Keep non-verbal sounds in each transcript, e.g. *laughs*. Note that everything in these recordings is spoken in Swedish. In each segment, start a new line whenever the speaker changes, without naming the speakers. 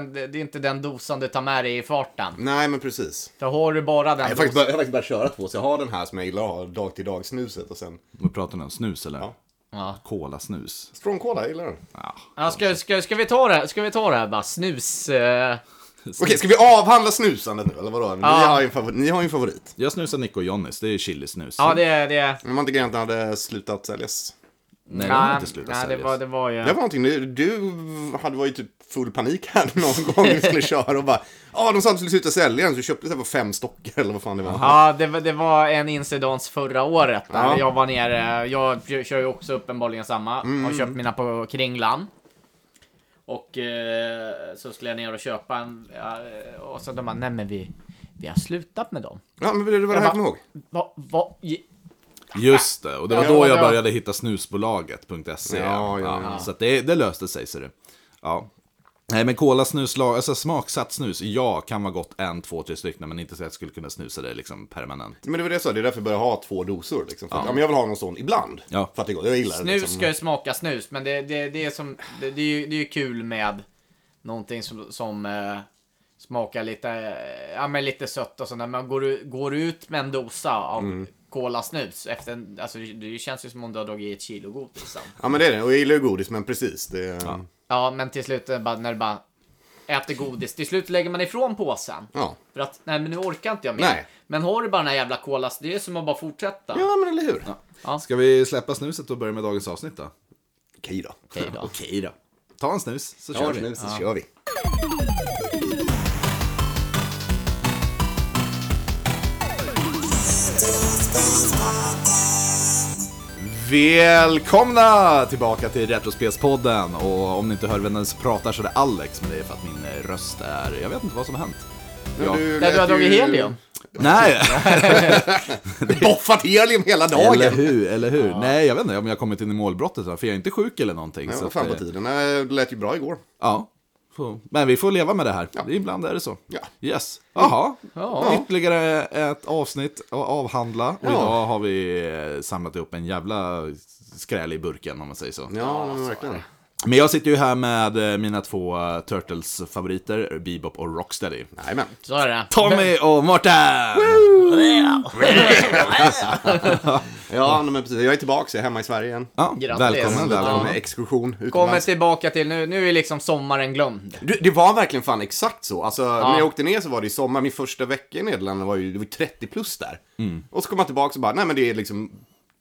det, det är inte den dosan du tar med dig i farten.
Nej, men precis.
För har du bara
Jag
den
har faktiskt börjat, jag har faktiskt börjat köra två, så jag har den här som jag gillar att ha dag till dag snuset och sen
Vad pratar ni om? Snus eller?
Ja.
Ja.
Kolasnus?
Strong Cola, jag gillar den.
Ja.
Ja, ska, ska, ska, vi ta det, ska vi ta det här bara? Snus... Eh,
Okej, ska vi avhandla snusandet nu eller vadå? Ni, har ju en favorit, ni har ju en favorit.
Jag snusar Nico och Johnis, det är chilisnus.
ja, det är... Det,
Men var inte grejen att den hade slutat säljas?
Nej, det har
nej,
inte slutat
nej, det,
säljas.
var, det var ju...
Det var någonting, du, du hade varit typ full panik här *laughs* någon gång när vi skulle köra och bara Ja, de sa att de skulle sluta sälja den så vi köpte så här på fem stockar eller vad fan det var.
Ja, det, var- det var en incidens förra året. Där
Ja.
Jag var nere, jag kö- kör ju också uppenbarligen samma.
Mm.
Har köpt mina på Kringlan. Och eh, så skulle jag ner och köpa en. ja, eh, och så de bara, nej men vi, vi har slutat med dem.
Ja, men det var det här jag kom ihåg.
Va, va, i-
Just det, och det var
Ja,
då jag
ja.
började hitta snusbolaget.se.
Ja, ja, ja.
Så att det, det löste sig, ser du. Ja. Nej, men kolasnus, lag- alltså smaksatt snus, ja, kan vara gott en, två, tre stycken, men inte så att jag skulle kunna snusa det liksom permanent.
Men det var det jag sa, det är därför jag började ha två dosor. Liksom, för att, ja. men jag vill ha någon sån ibland.
Ja.
För att det går, jag gillar det. liksom.
snus ska ju smaka snus, men det, det, det är som, det, det, är ju, det är ju kul med någonting som, som eh, smakar lite, eh, ja men lite sött och sådär. Men går du, går du ut med en dosa av
Mm.
kolasnus efter, en- alltså det känns ju som om du har dragit i ett kilo godis sen.
Ja, men det är det. Och jag gillar ju godis, men precis. Det, ja.
Ja, men till slut eh, bara, när du bara äter godis, till slut lägger man ifrån påsen.
Ja.
För att, nej men nu orkar inte jag mer.
Nej.
Men har du bara den här jävla kolas, det är som att bara fortsätta.
men eller hur?
Ska vi släppa snuset och börja med dagens avsnitt då?
Okej då.
Okej då.
Okej då.
Ta en snus, så
Ja,
kör
vi.
vi.
Nu, så kör vi.
Välkomna tillbaka till Retrospelspodden! Och om ni inte hör vem den som pratar så är det Alex, men det är för att min eh, röst är... Jag vet inte vad som har hänt. Ja.
Där du har dragit
*laughs*
helium.
Nej!
Boffat helium hela
Eller
dagen.
hur, eller hur. Nej, jag vet inte om jag har kommit in i målbrottet, va, för jag är inte sjuk eller någonting.
Ja,
så
vad
att,
fan på
eh,
tiden. Nej, Det lät ju bra igår.
Ja. Så- Men vi får leva med det här. Ibland är det så.
Ja.
Yes. Jaha.
Ja.
Ytterligare ett avsnitt att avhandla. Och idag har vi eh, samlat ihop en jävla skräl i burken om man säger så.
Ja, men verkligen.
Men jag sitter ju här med eh, mina två eh, Turtles-favoriter, Bebop och Rocksteady.
Jajamän.
Så är det.
Tommy och Martin!
Ja, men precis. Jag är tillbaka, jag är hemma i Sverige igen.
Ja,
Grattis.
välkommen,
Ja.
Välkommen
välkommen.
exkursion
Kommer
utomlands.
tillbaka till nu, nu är liksom sommaren glömd.
Du, det var verkligen fan exakt så. Alltså, när jag åkte ner så var det i sommar. Min första vecka i Nederländerna var ju det var ju 30 plus där.
Mm.
Och så kom man tillbaka och bara, nej men det är liksom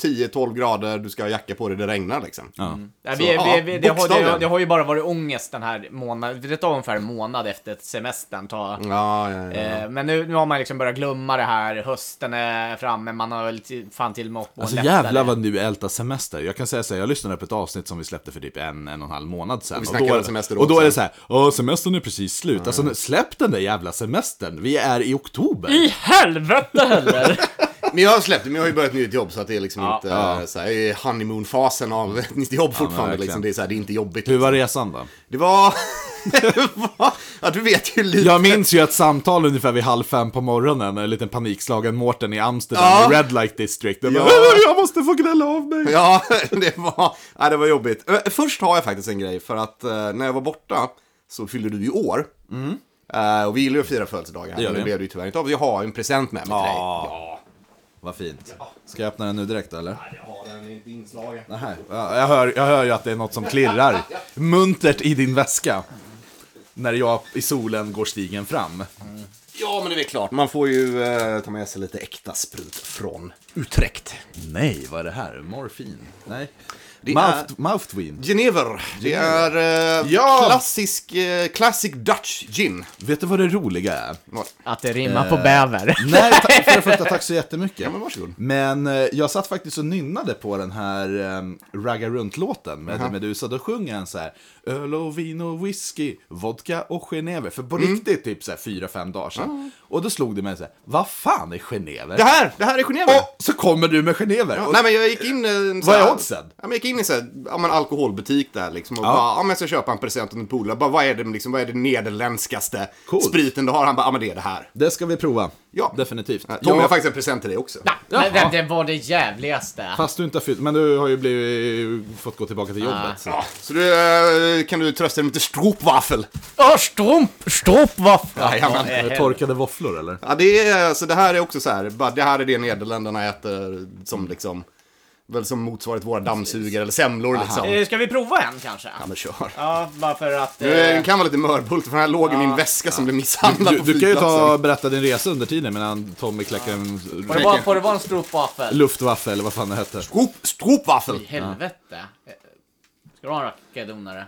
10-12 grader, du ska ha jacka på dig, det regnar liksom.
Ja.
Nej,
Så,
vi,
ja,
vi, vi, det, har, det,
bokstavligen.
det har ju bara varit ångest den här månaden. Det tar ungefär en månad efter semestern. Ta,
Mm. Ja, ja, ja.
eh, men nu, nu har man liksom börjat glömma det här. Hösten är framme. Man har väl till, fan till och med åkt på en
Alltså
lättare-
jävlar vad du ältar semester. Jag kan säga så här, jag lyssnade på ett avsnitt som vi släppte för typ en, en och en halv månad sedan.
vi
då,
snackade
är-
om semester då
och då
också. Mm.
är det så här, åh semestern är precis slut. Alltså nu- släpp den där jävla semestern, vi är i oktober.
I helvete heller!
Men jag har släppt det, men jag har ju börjat ett nytt jobb så att det är liksom
Ja.
inte ja. så här, jag är i honeymoon-fasen av *laughs* ett nytt jobb fortfarande.
verkligen.
liksom. det, är så här, det är inte jobbigt.
Hur var resan då?
Det var... *laughs* ja, du vet ju lite.
Jag minns ju ett samtal ungefär vid halv fem på morgonen, en liten panikslagen Mårten i Amsterdam,
Ja.
i Red Light District. Jag, bara,
Ja.
jag måste få gnälla av mig.
Ja, *laughs* det var, ja, det var jobbigt. Ö, Först har jag faktiskt en grej, för att eh, när jag var borta så fyllde du ju år. Eh, och vi gillar ju att fira födelsedagar,
Mm. gör
men det
vi.
blev det ju tyvärr inte av. Jag har ju en present med mig till dig.
Ja. Vad fint. Ska jag öppna den nu direkt eller?
Jag har den inte inslagen.
Nej, ja, jag, hör, jag hör ju att det är något som klirrar muntert i din väska. När jag i solen går stigen fram.
Ja, men det är väl klart. Man får ju eh, ta med sig lite äkta sprut från Utrecht.
Nej, vad är det här? Morfin? Nej.
Det
Mouth, Mouthween.
Genever. Det är eh,
Ja!
klassisk, eh, classic Dutch gin.
Vet du vad det roliga är?
*laughs* Att det
Eh.
rimmar på bäver.
Nej, ta- för det första, tack så jättemycket.
Ja, men varsågod.
Men eh, jag satt faktiskt och nynnade på den här um, Ragga Runt-låten med Medusa. Då sjunger han så här. Öl och vin och whisky, vodka och genever. För
Mm.
på riktigt typ så här fyra, fem dagar sedan. Och då slog det mig så här. Vad fan är genever?
Det här, det här är Genever.
Och så kommer du med genever.
Ja,
Och-
Nej men jag gick in... eh, en så
Vad är
här-
oddsen?
Ja, men jag gick in in i så här, ja, men alkoholbutik där liksom och
Ja.
bara, ja men jag ska köpa en present åt en polare. Bara, vad är det liksom, vad är det nederländskaste
Coolt.
spriten du har? Han bara, ja men det är det här.
Det ska vi prova.
Ja.
Definitivt.
Tom,
Jag-
jag har faktiskt en present till dig också.
Jaha.
Men det, det var det jävligaste.
Fast du inte har fyllt, men du har ju blivit, fått gå tillbaka till jobbet. Så.
Ah. Ja, så du, eh, kan du trösta dig med lite stroopwafel?
Åh, strump, strumpvaffla!
Jajamän.
Eh,
Torkade våfflor eller?
Ja, det är, så det här är också så här, bara, det här är det Nederländerna äter som liksom, väl som motsvarigt våra dammsugare eller semlor liksom.
eh, Ska vi prova en kanske?
Ja men kör.
Ja, bara för att...
Nu
eh,
eh, kan vara lite mörbult för den här låg i min väska som blev misshandlad
Du,
på
du kan ju ta
flygplatsen.
och berätta din resa under tiden medan Tommy kläcker en
Får det vara- får det vara en strumpvaffel?
luftwaffe eller vad fan det hette.
Stroop, stroopwafel!
Helvete. Eh, Ska du ha en rackardomare?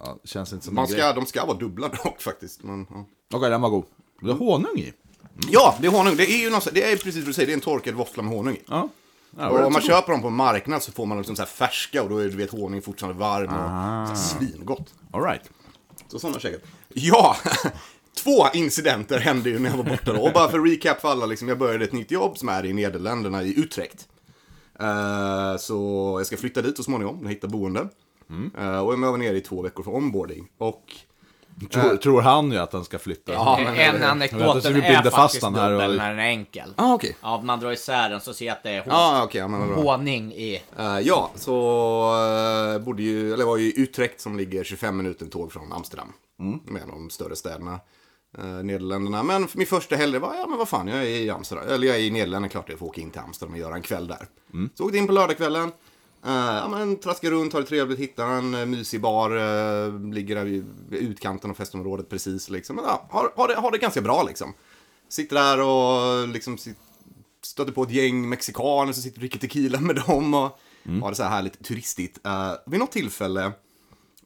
Ja, känns inte som
Man
en grej.
ska, de ska vara dubbla dock faktiskt. Men, ja.
Okej, den var god. Du har honung i.
Mm. ja, det är honung. Det är ju något, det är precis vad du säger, det är en torkad våffla med honung i.
Ja. ja
Och
var
om man
så
köper dem på en marknad så får man liksom så här färska och då är du vet, honung fortfarande varm och
Ah.
så här svingott.
god. All right.
Så sådana käkat. Ja! *laughs* Två incidenter hände ju när jag var borta då. Och bara för recap för alla, liksom, jag började ett nytt jobb som är i Nederländerna, i Utrecht. Eh, så jag ska flytta dit så småningom, hitta boende. Eh, och jag var nere i två veckor för onboarding. Och
Tror, tror han ju att han ska flytta.
Ja, men-
en
Jag vet inte,
anekdoten
vi binder
är
fast
faktiskt
den här och-
dubbel när den är enkel.
Ah, okej.
Ja, om man drar isär den så ser jag att det är hon-
Ja, okej, ja, men vad bra.
honing i.
Eh, ja, så uh, bodde ju, eller var ju i Utrecht som ligger 25 minuter tåg från Amsterdam. Med de större städerna, eh, Nederländerna. Men för min första helg var, ja men vad fan, jag är i Amsterdam, eller jag är i Nederländerna, klart jag får åka in till Amsterdam och göra en kväll där. Så åkte in på lördagskvällen. eh, ja, men traskar runt, har det trevligt, hittar en eh, mysig bar, eh, ligger där vid vid utkanten av festområdet precis liksom. Men, ja, har, har, det, har det ganska bra liksom. Sitter där och liksom sit, stöter på ett gäng mexikaner som sitter och dricker tequila med dem och har det så här härligt turistigt. Uh, vid något tillfälle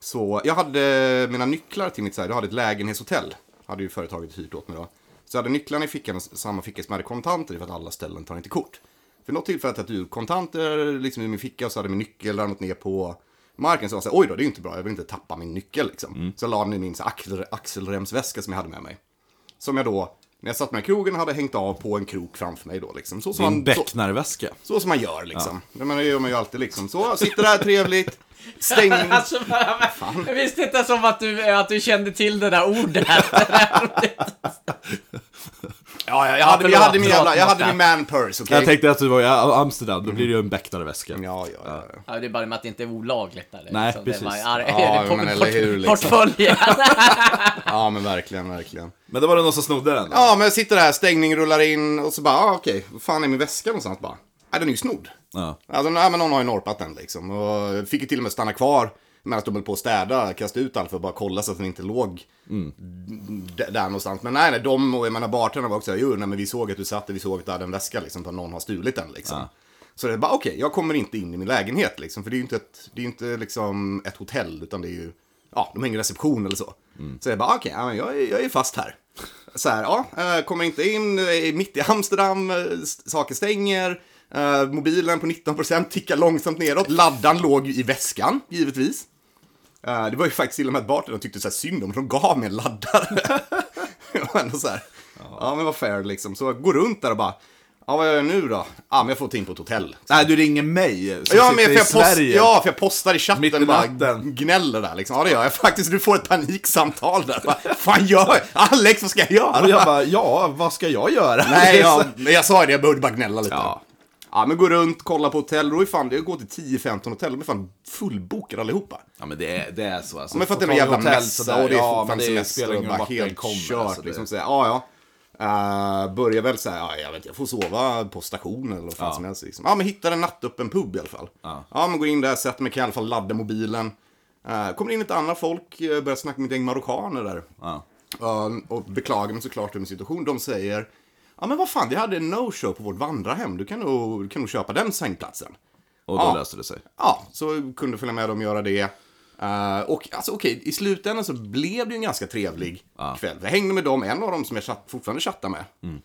så, jag hade mina nycklar till mitt, så här, jag hade ett lägenhetshotell, hade ju företaget hyrt åt mig då. Så jag hade nycklarna i fickan, och s- samma ficka som jag hade kontanter i för att alla ställen tar inte kort. För något tillfälle tog jag ut kontanter liksom, i min ficka och så hade min nyckel ramlat ner på marken. Så jag var så här, oj då, det är ju inte bra, jag vill inte tappa min nyckel liksom. Så jag la den i min så här, axel, axelremsväska som jag hade med mig. Som jag då, när jag satt med i krogen, hade hängt av på en krok framför mig då liksom. Så som,
Din
man, så,
becknarväska.
så som man gör liksom. Ja. Men det gör man ju alltid liksom. Så, sitter där trevligt, stängning.
Alltså, *laughs* jag visste inte som att du, att du kände till det där
*laughs*
ordet.
Ja, ja, jag hade, jag
förlåt,
hade min jävla, jag
förlåt,
hade min man purse, okej?
Jag tänkte att du var i Amsterdam, då blir det ju en becknarväska.
Ja, ja, ja. ja.
ja, det är bara med att det inte är olagligt. Eller?
Nej,
Så
precis.
Det är bara,
Ja,
ja, det
men
men
eller hur, liksom. *laughs*
Portföljen.
Ja, men verkligen, verkligen.
Men då var det någon som snodde den. då.
Ja, men jag sitter där, stängning rullar in och så bara, ah, okej, var fan är min väska någonstans bara? Nej, den är ju snodd.
Ja.
Alltså, nej, men någon har ju norpat den liksom. Och jag fick ju till och med stanna kvar medan de höll på att städa, kasta ut allt för att bara kolla så att den inte låg d- där någonstans. Men nej, nej, de och jag menar bartenderna var också så här, jo, nej, men vi såg att du satt där, vi såg att du hade en väska liksom, att någon har stulit den liksom. Så det är bara, okej, jag kommer inte in i min lägenhet liksom, för det är ju inte ett, det är ju inte liksom ett hotell, utan det är ju, ja, de har ingen reception eller så. Så jag bara, okej, ja, men jag, är- jag är fast här. Så här, ja, eh, kommer inte in, är mitt i Amsterdam, eh, s- saker stänger. Eh, mobilen på 19% tickar långsamt neråt. Laddan låg ju i väskan, givetvis. Eh, det var ju faktiskt till och med att bartendern tyckte så här synd om, för de gav mig en
*laughs*
laddare. jag var ändå så här, ja men vad fair liksom. Så jag går runt där och bara, ja vad gör jag nu då? Ja men jag får ta in på ett hotell.
Nej, du ringer mig som
Ja, men
sitter
för
i
jag post,
Sverige.
ja, för jag postar i
Mitt i
chatten och bara
natten.
gnäller där liksom. Ja, det gör jag faktiskt. Du får ett paniksamtal där. Vad fan gör jag? Alex, vad ska jag göra?
Och jag bara, ja, vad ska jag göra?
*laughs* Nej,
*laughs*
jag, men jag sa ju det, jag började bara gnälla lite.
Ja.
Ja. ja, men gå runt, kolla på hotell, då är fan, jag går till 10-15 hotell, de är fan fullbokade allihopa.
Ja men det är, det är så alltså.
Ja, men för att det är en
Totalt
jävla
hotell,
mässa
sådär,
och det är
ja, men
fortfarande
det
semester
spelar
och
ingen
bara
roll vart den
helt
kommer,
kört.
alltså, det-
liksom, så här, ja, ja. Eh, börjar väl säga, ja, jag vet inte, jag får sova på stationen eller vad fan
Ja.
som helst. Liksom. Ja, men hittar en nattöppen pub i alla fall.
Ja.
men gå in där, sätter mig, kan i alla fall ladda mobilen. Eh, kommer in lite annat folk, eh, börjar snacka med ett gäng marockaner där.
Ja.
Ja, och beklagar mig såklart över min situation. De säger, ja men vad fan, vi hade en no-show på vårt vandrarhem, du kan nog, du kan nog köpa den sängplatsen.
Och då
Ja.
löste det sig.
Ja, så kunde följa med dem och göra det. Eh, och alltså okej, i slutändan så blev det ju en ganska
Mm.
trevlig kväll. Jag hängde med dem, en av dem som jag chatt, fortfarande chattar med. Mm.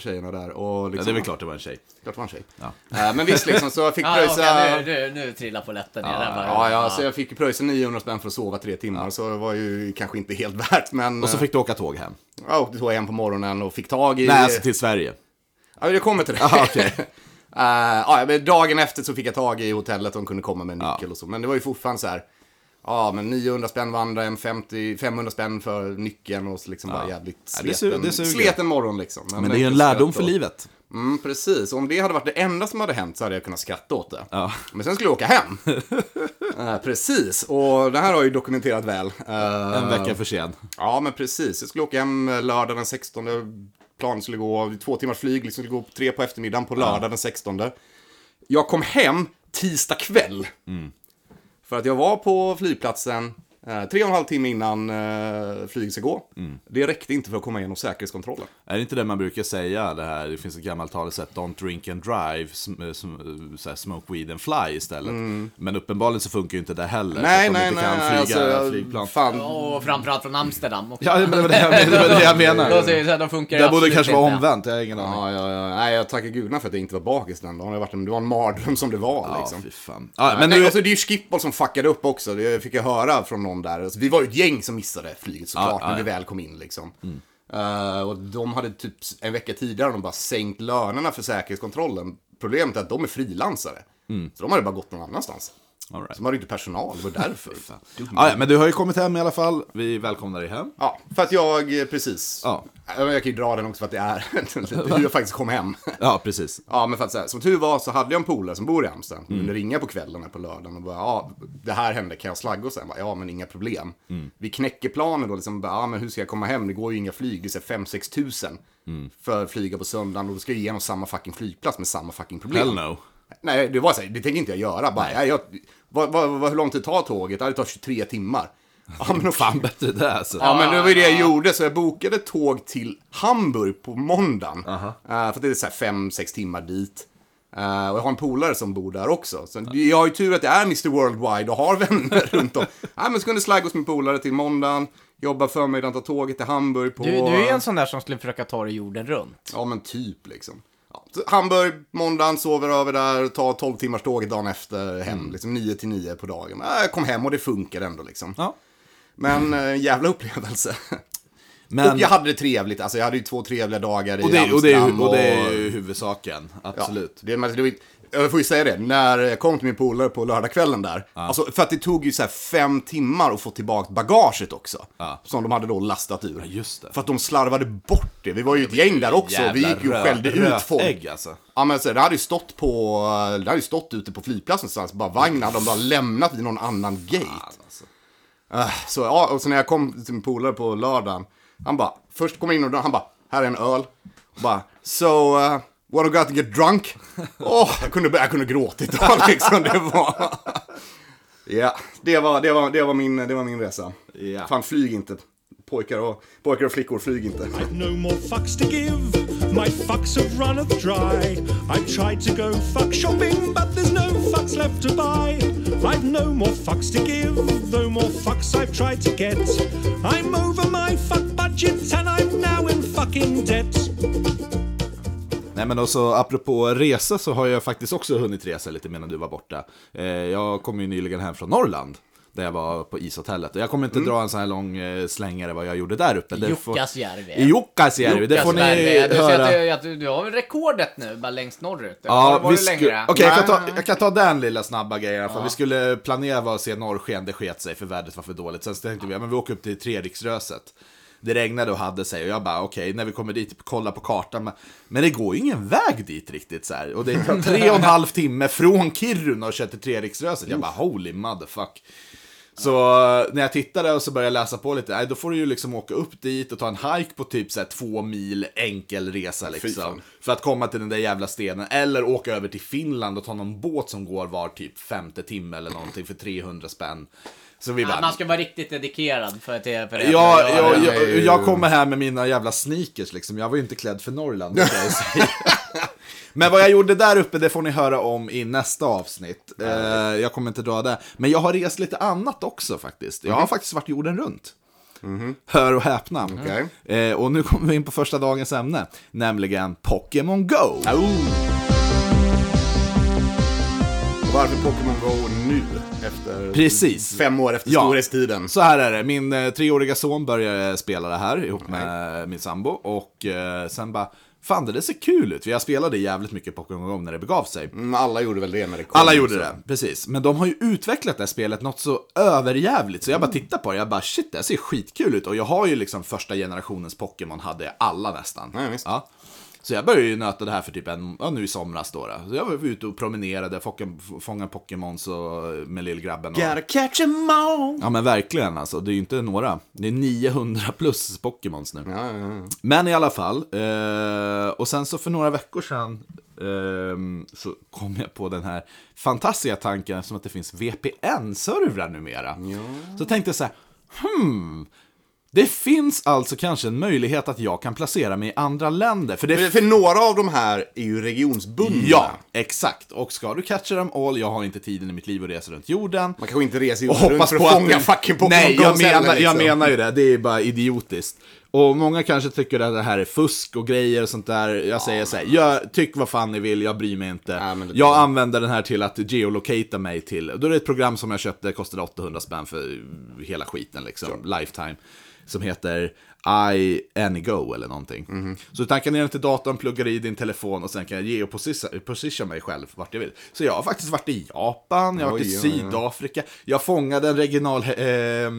tjejerna där och
Ja,
liksom,
det är väl klart det var en tjej.
klart det var en tjej. Eh, men visst liksom, så jag
*laughs*
fick
ja,
pröjsa...
okej, nu, nu, nu trillar polletten ner. där bara.
Ja, ja, så jag fick ju pröjsa 900 spänn för att sova tre timmar, så det var ju kanske inte helt *laughs* värt, men... eh,
Och så fick du åka tåg hem.
Jag åkte tåg hem på morgonen och fick tag i...
alltså, Nej, alltså till Sverige.
Ja, jag kommer till det.
Aha, okej.
*laughs* Eh, ja, men dagen efter så fick jag tag i hotellet, de kunde komma med en nyckel och så. Men det var ju fortfarande så här, ja men 900 spänn vandraren, 50, 500 spänn för nyckeln och så liksom bara jävligt
Ja, det
sleten,
su- det suger.
sleten morgon liksom.
Men det är ju en lärdom
*laughs*
för livet.
Mm, precis. Om det hade varit det enda som hade hänt så hade jag kunnat skratta åt det.
Ja.
Men sen skulle jag åka
*laughs*
hem. Eh, precis, och det här har jag ju dokumenterat väl. Eh,
En vecka för sen.
Ja, men precis. Jag skulle åka hem eh, lördag den 16. Planen skulle gå, två timmars flyg, liksom skulle gå på tre på eftermiddagen på lördag den 16. Jag kom hem tisdag kväll.
Mm.
För att jag var på flygplatsen eh, tre och en halv timme innan eh, flyget ska gå.
Mm.
Det räckte inte för att komma igenom säkerhetskontrollen.
Är det inte det man brukar säga, det här, det finns ett gammalt talesätt, don't drink and drive, sm, eh, sm, så här, smoke weed and fly istället. Men uppenbarligen så funkar ju inte det heller,
Mm. Nej,
för att
nej,
de inte
nej.
kan flyga
alltså,
flygplan.
Fan.
Och framförallt från Amsterdam också.
Ja, men det var det jag menar. Det var
*laughs*
det jag menar.
Då säger vi så här, de funkar
det borde
absolut
kanske vara
inte.
omvänt, jag har ingen aning.
Ja, ja, ja. Nej, jag tackar gudarna för att jag inte var bakis den dagen. Det, har varit en, det var en mardröm som det var liksom.
fy fan. Ja, men
Men nu...
nu,
alltså, det är ju Skipboll som fuckade upp också, det fick jag höra från någon där. Alltså, vi var ju ett gäng som missade flyget såklart
Ja,
när
ja,
vi
ja. Mm.
väl kom in liksom. Eh, och de hade typ en vecka tidigare de bara sänkt lönerna för säkerhetskontrollen. Problemet är att de är frilansare.
Mm.
Så de hade bara gått någon annanstans.
All
Så
right.
de hade ju inte personal, det var
*laughs*
därför. Dumt.
ja, ja, men du har ju kommit hem i alla fall, vi välkomnar dig hem.
Ja, för att jag, eh, precis.
Ja.
Eh, Jag kan ju dra den också för att det
*laughs*
är *laughs* hur jag faktiskt kom hem.
Ja, precis.
Ja, men för att så här, som tur var så hade jag en polare som bor i Amsterdam.
Mm.
som Kunde ringa på kvällarna på lördagen och bara, ja, det här hände, kan jag slagga? Och sen bara, ja, men inga problem.
Mm.
Vi knäcker planen då, liksom, bara, ja, men hur ska jag komma hem? Det går ju inga flyg, det är 5-6 tusen
Mm.
för att flyga på söndagen och då ska jag igenom samma fucking flygplats med samma fucking problem.
Hell no.
Nej, det var så här, det tänker inte jag göra. Bara, nej, jag, vad, vad, vad, hur lång tid tar tåget? Ja, det tar 23
*laughs*
timmar. Ja, men och
Fan bättre *laughs* det alltså.
Ja, men det var ju det
Ah.
jag gjorde, så jag bokade tåg till Hamburg på måndagen. Eh, för det är så här fem, sex timmar dit. Eh, och jag har en polare som bor där också. Så jag har ju tur att jag är Mr Worldwide och har *laughs* vänner runt om. Nej, men så kunde jag slagga hos min polare till måndagen, jobba förmiddagen, ta tåget till Hamburg på...
Du, du är ju en sån där som skulle försöka ta dig jorden runt.
Ja, men typ liksom. Ja, så Hamburg, måndagen, sover över där, tar 12 timmars tåget dagen efter hem,
Mm.
liksom 9 till 9 på dagen. Eh, Jag kom hem och det funkar ändå liksom.
Ja.
Men eh, jävla upplevelse.
Men,
Och jag hade det trevligt, alltså jag hade ju två trevliga dagar i
och, det, och, det, är
Amsterdam.
ju- och det är ju huvudsaken, absolut.
Ja, det, men det, var ju- jag får ju säga det, när jag kom till min polare på lördagskvällen där, alltså, för att det tog ju så här fem timmar att få tillbaka bagaget också.
Ja.
Som de hade då lastat ur.
just det.
För att de slarvade bort det, vi var ju ett gäng där också, vi
Jävla
gick ju och
rö-
skällde ut folk.
rötägg, alltså.
Ja men så, det hade ju stått på, det hade ju stått ute på flygplatsen någonstans, bara vagnen hade de bara lämnat vid någon annan gate.
Fan, alltså.
Så, ja, och så när jag kom till min polare på lördagen, han bara, först kom jag in och han bara, här är en öl. Och bara, so, uh, what I got to get drunk? Åh, jag, kunde, jag kunde gråtit då *laughs* liksom, det var... Ja, det var, det var, det var, min, det var min resa.
Ja.
Fan, flyg inte. Pojkar och, pojkar och flickor, flyg inte.
No more fucks to give, my fucks have runneth dry. I've tried to go fuck shopping, but there's no fucks left to buy. I've no more fucks to give, though more fucks I've tried to get. I'm over my fuck budget and I'm now in fucking debt.
Nej men också apropå resa så har jag faktiskt också hunnit resa lite medan du var borta. Eh, jag kom ju nyligen hem från Norrland. Där jag var på ishotellet. Och jag kommer inte dra en sån här lång eh, slängare vad jag gjorde där uppe. Det får-
Jukkasjärvi.
I Jukkasjärvi, det får ni
Jukkasjärvi. eh, Du ser att,
höra.
du, att du, du har väl rekordet nu, bara längst norrut.
Ja,
var
vi
du
sku...
längre?
Okej, jag, kan ta- jag kan ta den lilla snabba grejen i alla fall. Vi skulle planera var att se norrsken, det sket sig för vädret var för dåligt. Sen så tänkte vi, ja, men vi åker upp till Treriksröset. Det regnade och hade sig och jag bara okej, när vi kommer dit, kolla på kartan. Men- Men det går ju ingen väg dit riktigt så här. Och det tar tre och en halv timme från Kiruna och kör till Treriksröset. Jag bara holy motherfuck. Så när jag tittade och så började jag läsa på lite, nej, då får du ju liksom åka upp dit och ta en hike på typ så här två mil enkel resa liksom.
fan.
För att komma till den där jävla stenen. Eller åka över till Finland och ta någon båt som går var typ femte timme eller någonting för 300 spänn. Så vi bara,
Man ska vara riktigt dedikerad för att det. För det.
Ja, jag,
den är
jag,
ju-
jag kommer här med mina jävla sneakers liksom. Jag var ju inte klädd för Norrland. det kan *laughs* jag säga. Men vad jag gjorde där uppe, det får ni höra om i nästa avsnitt. Eh, jag kommer inte dra det. Men jag har rest lite annat också faktiskt. Jag har faktiskt varit jorden runt. Hör och häpna.
Okej.
Eh, och nu kommer vi in på första dagens ämne, nämligen Pokémon Go.
Varför Pokémon Go nu? Efter
Precis.
fem år efter
Ja.
storhetstiden.
Så här är det, min eh, treåriga son började spela det här ihop med eh, min sambo och eh, sen bara fan det där ser kul ut. För jag spelade jävligt mycket Pokémon Go när det begav sig.
Mm, Alla gjorde väl det när det kom.
Alla gjorde
så.
det, precis. Men de har ju utvecklat det här spelet något så överjävligt. Så jag bara
Mm.
tittar på det, jag bara shit, det här ser skitkul ut. Och jag har ju liksom första generationens Pokémon, hade jag alla nästan.
Ja, visst.
Ja. Så jag började ju nöta det här för typ en, ja, nu i somras då. då. Så jag var ute och promenerade, fånga- fångade Pokémons och eh, med lillgrabben. Och...
Gotta catch 'em all.
Ja men verkligen alltså, det är ju inte några. Det är 900 plus Pokémons nu.
Ja, ja, ja.
Men i alla fall, eh, och sen så för några veckor sedan ehm, så kom jag på den här fantastiska tanken som att det finns VPN-servrar numera. Så tänkte jag så här, hmm, det finns alltså kanske en möjlighet att jag kan placera mig i andra länder. För det
För, för några av de här är ju regionsbundna.
Ja, exakt. Och ska du catcha dem all, jag har inte tiden i mitt liv att resa runt jorden.
Man kanske inte reser
Och
jorden runt
hoppas
för
på
att
att
fånga
du-
fucking Pokémon
Nej, jag
Go sen,
menar, jag
liksom.
menar ju det. Det är bara idiotiskt. Och många kanske tycker att det här är fusk och grejer och sånt där. Jag säger så här, jag tyck vad fan ni vill, jag bryr mig inte.
Ja, men det-
jag använder den här till att geolocata mig till. Då är det ett program som jag köpte, kostade 800 spänn för hela skiten liksom, lifetime. Som heter I AnyGo eller någonting.
Mhm.
Så du tankar ner den till datorn, pluggar i din telefon och sen kan jag geoposition mig själv vart jag vill. Så jag har faktiskt varit i Japan, jag har varit i
Oj, oj, oj.
Sydafrika. Afrika. Jag fångade en regional, eh, eh,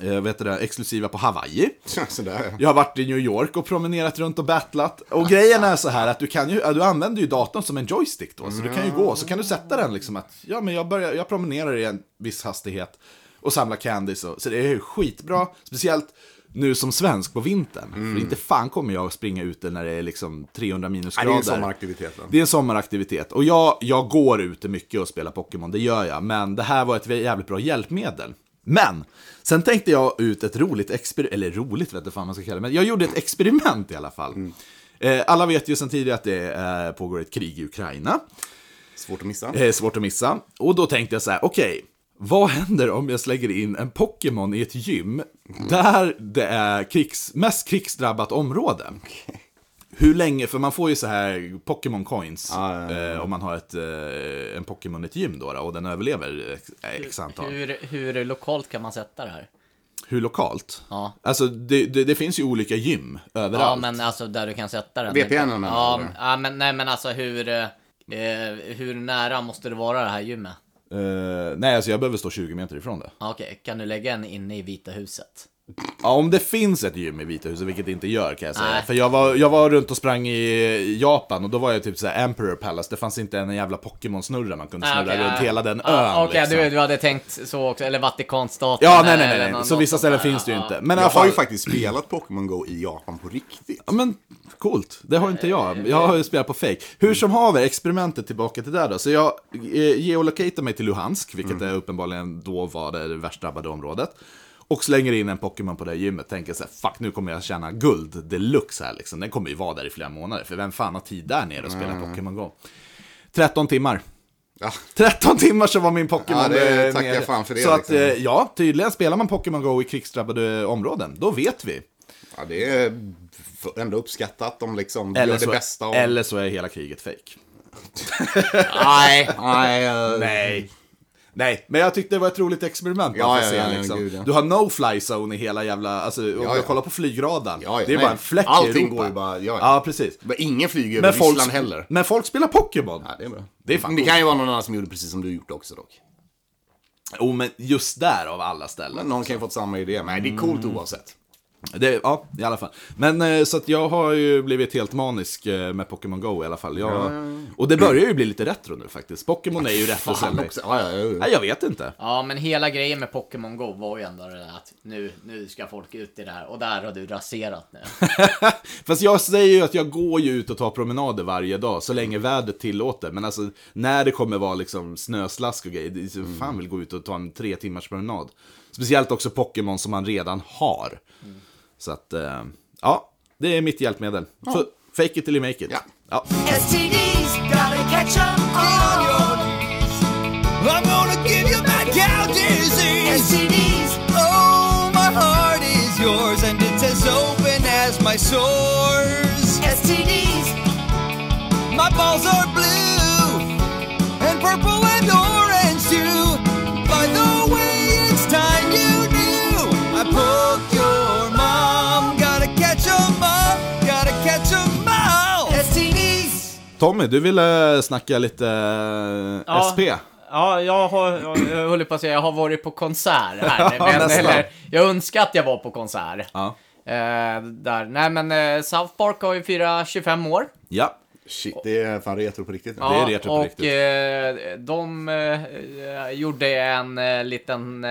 vad heter det, exklusiva på Hawaii.
*laughs* Ja, Sådär, ja.
Jag har varit i New York och promenerat runt och battlat. Och grejen är så här att du, kan ju, du använder ju datorn som en joystick då. Så du kan ju gå, så kan du sätta den liksom att ja, men jag, börjar, jag promenerar i en viss hastighet och samlar candies. Och, så det är ju skitbra, speciellt nu som svensk på vintern. För inte fan kommer jag att springa ute när det är liksom 300 minusgrader.
det är ju sommaraktiviteten.
Det är en sommaraktivitet. Och jag, jag går ute mycket och spelar Pokémon, det gör jag. Men det här var ett jävligt bra hjälpmedel. Men, sen tänkte jag ut ett roligt experiment, eller roligt vet inte fan vad man ska kalla det, men jag gjorde ett experiment i alla fall.
Mm.
Eh, alla vet ju sedan tidigare att det eh, pågår ett krig i Ukraina.
Svårt att missa.
Eh, svårt att missa. Och då tänkte jag så här, okej, vad händer om jag slänger in en Pokémon i ett gym där det är krigs, mest krigsdrabbat område? Hur länge, för man får ju så här Pokémon coins eh, om man har ett, eh, en Pokémon i ett gym då, då och den överlever x, x antal. Hur,
Hur, hur lokalt kan man sätta det här?
lokalt?
Ja.
Alltså det, det, det finns ju olika gym överallt.
Ja, men alltså där du kan sätta den.
VPN -en,
ja,
eller?
ja, men nej, men alltså hur, eh, eh, hur nära måste det vara det här gymmet?
Eh, nej, alltså jag behöver stå 20 meter ifrån det.
Ja, Okej, kan du lägga en inne i Vita huset?
Ja, om det finns ett gym i Vita huset, vilket det inte gör kan jag säga.
Nej.
För jag var, jag var runt och sprang i Japan och då var jag typ såhär Emperor Palace, det fanns inte en jävla Pokémon-snurra man kunde
Ah,
snurra
okej,
runt
ja.
hela den
Ja,
ön
Okej,
liksom.
du, du hade tänkt så också, eller Vatikanstaten.
Ja, nej, nej, nej,
eller
nej. Så vissa
något
ställen
sånt där. Ah.
finns det ju
Ja, *laughs*
inte.
ja.
Men i
jag
alla
har
fall,
ju faktiskt spelat Pokémon Go i Japan på riktigt.
Ja, men coolt. Det har inte jag. Jag har ju spelat på fake. Hur som haver, experimentet tillbaka till där då. Så jag eh, geolocatear mig till Luhansk, vilket
Mm.
är uppenbarligen då var det värst drabbade området. Och slänger in en Pokémon på det här gymmet, tänker så här, fuck nu kommer jag tjäna guld deluxe här liksom. Den kommer ju vara där i flera månader, för vem fan har tid där nere att spela
Mm.
Pokémon Go? 13 timmar. *laughs*
Ja.
13 timmar så var min Pokémon
Ja, det
eh,
tackar
nere.
fan för det,
Så att,
liksom.
eh, ja, tydligen spelar man Pokémon Go i krigsdrabbade områden, då vet vi.
Ja, det är f- ändå uppskattat om liksom du
Eller
gör det
så,
bästa av...
eller så är hela kriget fake.
Nej,
Ah.
nej. eh,
Nej. Nej, men jag tyckte det var ett roligt experiment.
Ja,
bara för
ja,
att se,
ja, ja,
liksom.
gud, ja.
Du har no-fly zone i hela jävla, alltså om
Ja,
du
ja.
kollar på flygradarn.
Ja, ja,
det är
nej.
bara en fläck i
Allting
Europa.
går ju bara- ja, ja.
ja precis.
Men ingen flyger över
Men folk,
Ryssland heller.
men folk spelar Pokémon.
Ja, det är bra.
Det är fan
Men det
coolt.
kan ju vara någon annan som gjorde precis som du gjort också dock.
Jo, men just där av alla ställen.
Men någon kan ju fått samma idé. Men det är coolt
Mm.
oavsett.
Det, ja, i alla fall. Men eh, så att jag har ju blivit helt manisk eh, med Pokémon Go i alla fall. Jag, Och det börjar ju bli lite retro nu faktiskt. Pokémon är ju retro
Fan
sen.
också. Ja, ja, ja, ja.
Nej, jag vet inte.
Ja, men hela grejen med Pokémon Go var ju ändå det där att nu, nu ska folk ut i det här och där har du raserat nu.
Fast jag säger ju att jag går ju ut och tar promenader varje dag, så länge vädret tillåter. Men alltså, när det kommer vara liksom snöslask och grejer, det är så
Mm.
fan vill gå ut och ta en tre timmars promenad. Speciellt också Pokémon som man redan har.
Mm.
Så att, eh, ja, det är mitt hjälpmedel. F- fake it till you make it.
Ja.
Ja.
STDs, gotta catch 'em all.
I'm gonna give you my cow disease.
STDs,
Oh, my heart is yours, and it's as open as my sores.
STDs,
My balls are blue, and purple and orange too. By the way, it's time you knew. I poke your mom, gotta catch 'em all, gotta catch 'em all.
Tommy, du ville snacka lite
Ja.
SP.
*laughs* Ja, jag har, jag, jag höll på att säga, jag har varit på konsert här.
*laughs* Ja,
Men,
nästan.
eller, jag önskar att jag var på konsert.
Ja.
Eh, där. Nej, men eh, South Park har ju firat 25 år.
ja.
Shit, det är fan retro på riktigt.
Ja,
är retro på
Och
riktigt.
eh, de eh, gjorde en eh, liten eh,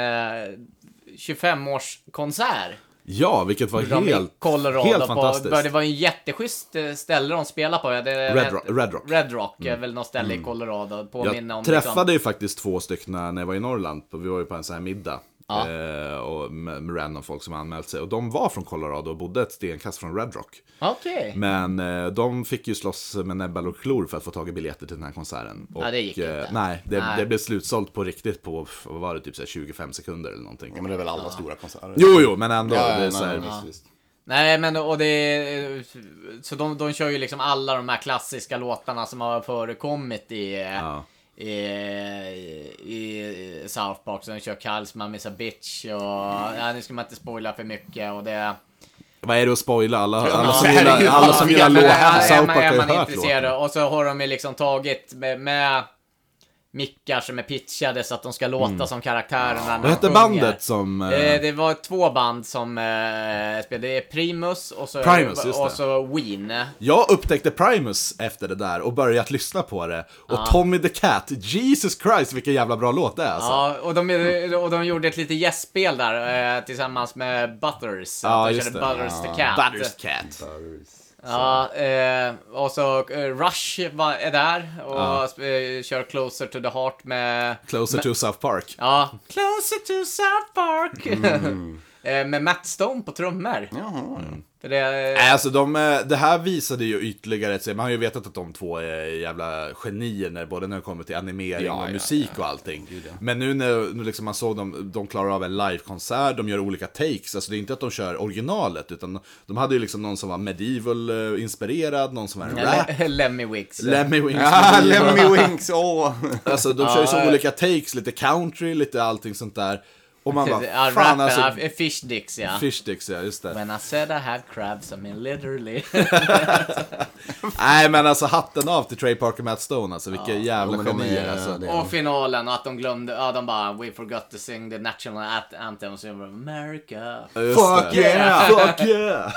25-årskonsert.
Ja, vilket var
De i
helt,
Colorado.
helt
På,
fantastiskt.
det var en jätteschysst eh, ställe de spelade på. Det,
Red Rock- Red Rock. Mm.
Red Rock är väl något ställe i Colorado. Påminner om
Jag
liksom-
träffade ju faktiskt två stycken när jag var i Norrland. på- Vi var ju på en sån här middag.
Ja.
Eh, och med, med random folk som anmält sig. Och de var från Colorado och bodde ett stenkast från Red Rock.
Okej.
Men eh, de fick ju slåss med näbbar och klor för att få tag i biljetter till den här konserten. Och, eh,
Ja, det gick inte.
nej, det,
Nej.
det blev slutsålt på riktigt på, vad var det, typ så här 25 sekunder eller någonting.
Ja, men det är väl alla stora konserter.
Jo, jo, men ändå.
Ja, ja,
det är
nej,
så här,
nej, *laughs* visst, visst.
Nej, men och det... Så de, de kör ju liksom alla de här klassiska låtarna som har förekommit i...
Ja.
I, i South Park. Så de kör Carls Mammy's a bitch och...
Mm.
Ja, nu ska man inte spoila för mycket och det...
Vad är det att spoila? Alla, alla
*laughs*
som
Ja,
gillar,
herregud,
alla som gillar
men
låtar,
är- är
South
man-
Park har
är
ju
man
hört låten.
intresserad. Och så har de ju liksom tagit med... med mickar som är pitchade så att de ska låta som karaktärerna när de
Mm. Vad hette
sjunger.
bandet som... eh,
Eh, det var två band som eh, spelade. Det är Primus och så,
Primus, just
och
det.
så Ween.
Jag upptäckte Primus efter det där och börjat lyssna på det. Och Tommy the Cat, Jesus Christ vilken jävla bra låt det är alltså.
Ja, och de, och de gjorde ett litet gästspel där eh, tillsammans med Butters.
Ja,
de
just
körde
det.
Butters the Cat.
Butters Cat.
Ja, eh, och så eh, Rush var, är där och eh, kör Closer to the Heart med...
Closer to South Park.
Ja, Closer to South Park! *laughs* eh, med Matt Stone på trummor. För det,
Nej, Alltså de, eh, det här visade ju ytterligare ett Man har ju vetat att de två är jävla genier, när, både när det kommer till animering och musik och allting. Men nu när nu liksom man såg dem, de klarar av en livekonsert, de gör olika takes. Alltså det är inte att de kör originalet, utan de hade ju liksom någon som var medieval-inspirerad, någon som var en Äh, rap.
Le- *laughs* Lemmy Wicks.
Lemmy Wings.
Ah, *laughs* Lemmy Winks, åh!
Alltså de kör ju så olika takes, lite country, lite allting sånt där. Och man
Ja,
bara, fan
rappen,
alltså.
ja, Fish Dicks ja.
Fishdicks ja, just det.
When I said I had crabs, I mean literally.
Nej men alltså hatten av till Trey Parker och Matt Stone alltså, vilka jävla
Jo, men de
genier
är-
alltså.
det-
och finalen och att de glömde, ja de bara We forgot to sing the national at- anthem, så jag bara America.
Just
Fuck
det.
yeah!
Fuck yeah!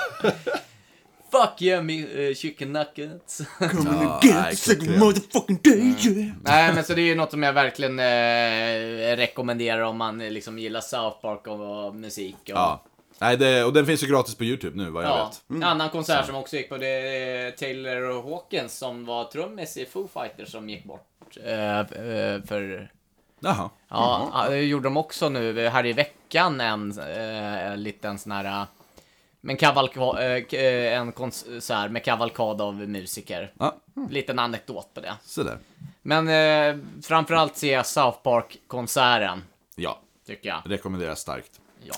Fuck you me, eh, chicken nuggets.
Nej, klockrent.
*laughs* Nej men så det är ju något som jag verkligen eh, rekommenderar om man eh, liksom gillar South Park och, och musik. Och,
ja. Nej, det, och den finns ju gratis på YouTube nu vad jag
Ja,
vet. Mm.
en annan konsert som också gick på det är Taylor Hawkins som var trummis i Foo Fighters som gick bort eh, eh, för
Jaha.
Ja, ja, det gjorde de också nu här i veckan en eh, liten sån här... eh, Men kavalka, eh, k- eh, en konsert med kavalkad av musiker.
Ja,
Liten anekdot på det.
sådär.
Men eh, framförallt ser jag South Park-konserten,
Ja,
tycker jag.
rekommenderas starkt.
Ja.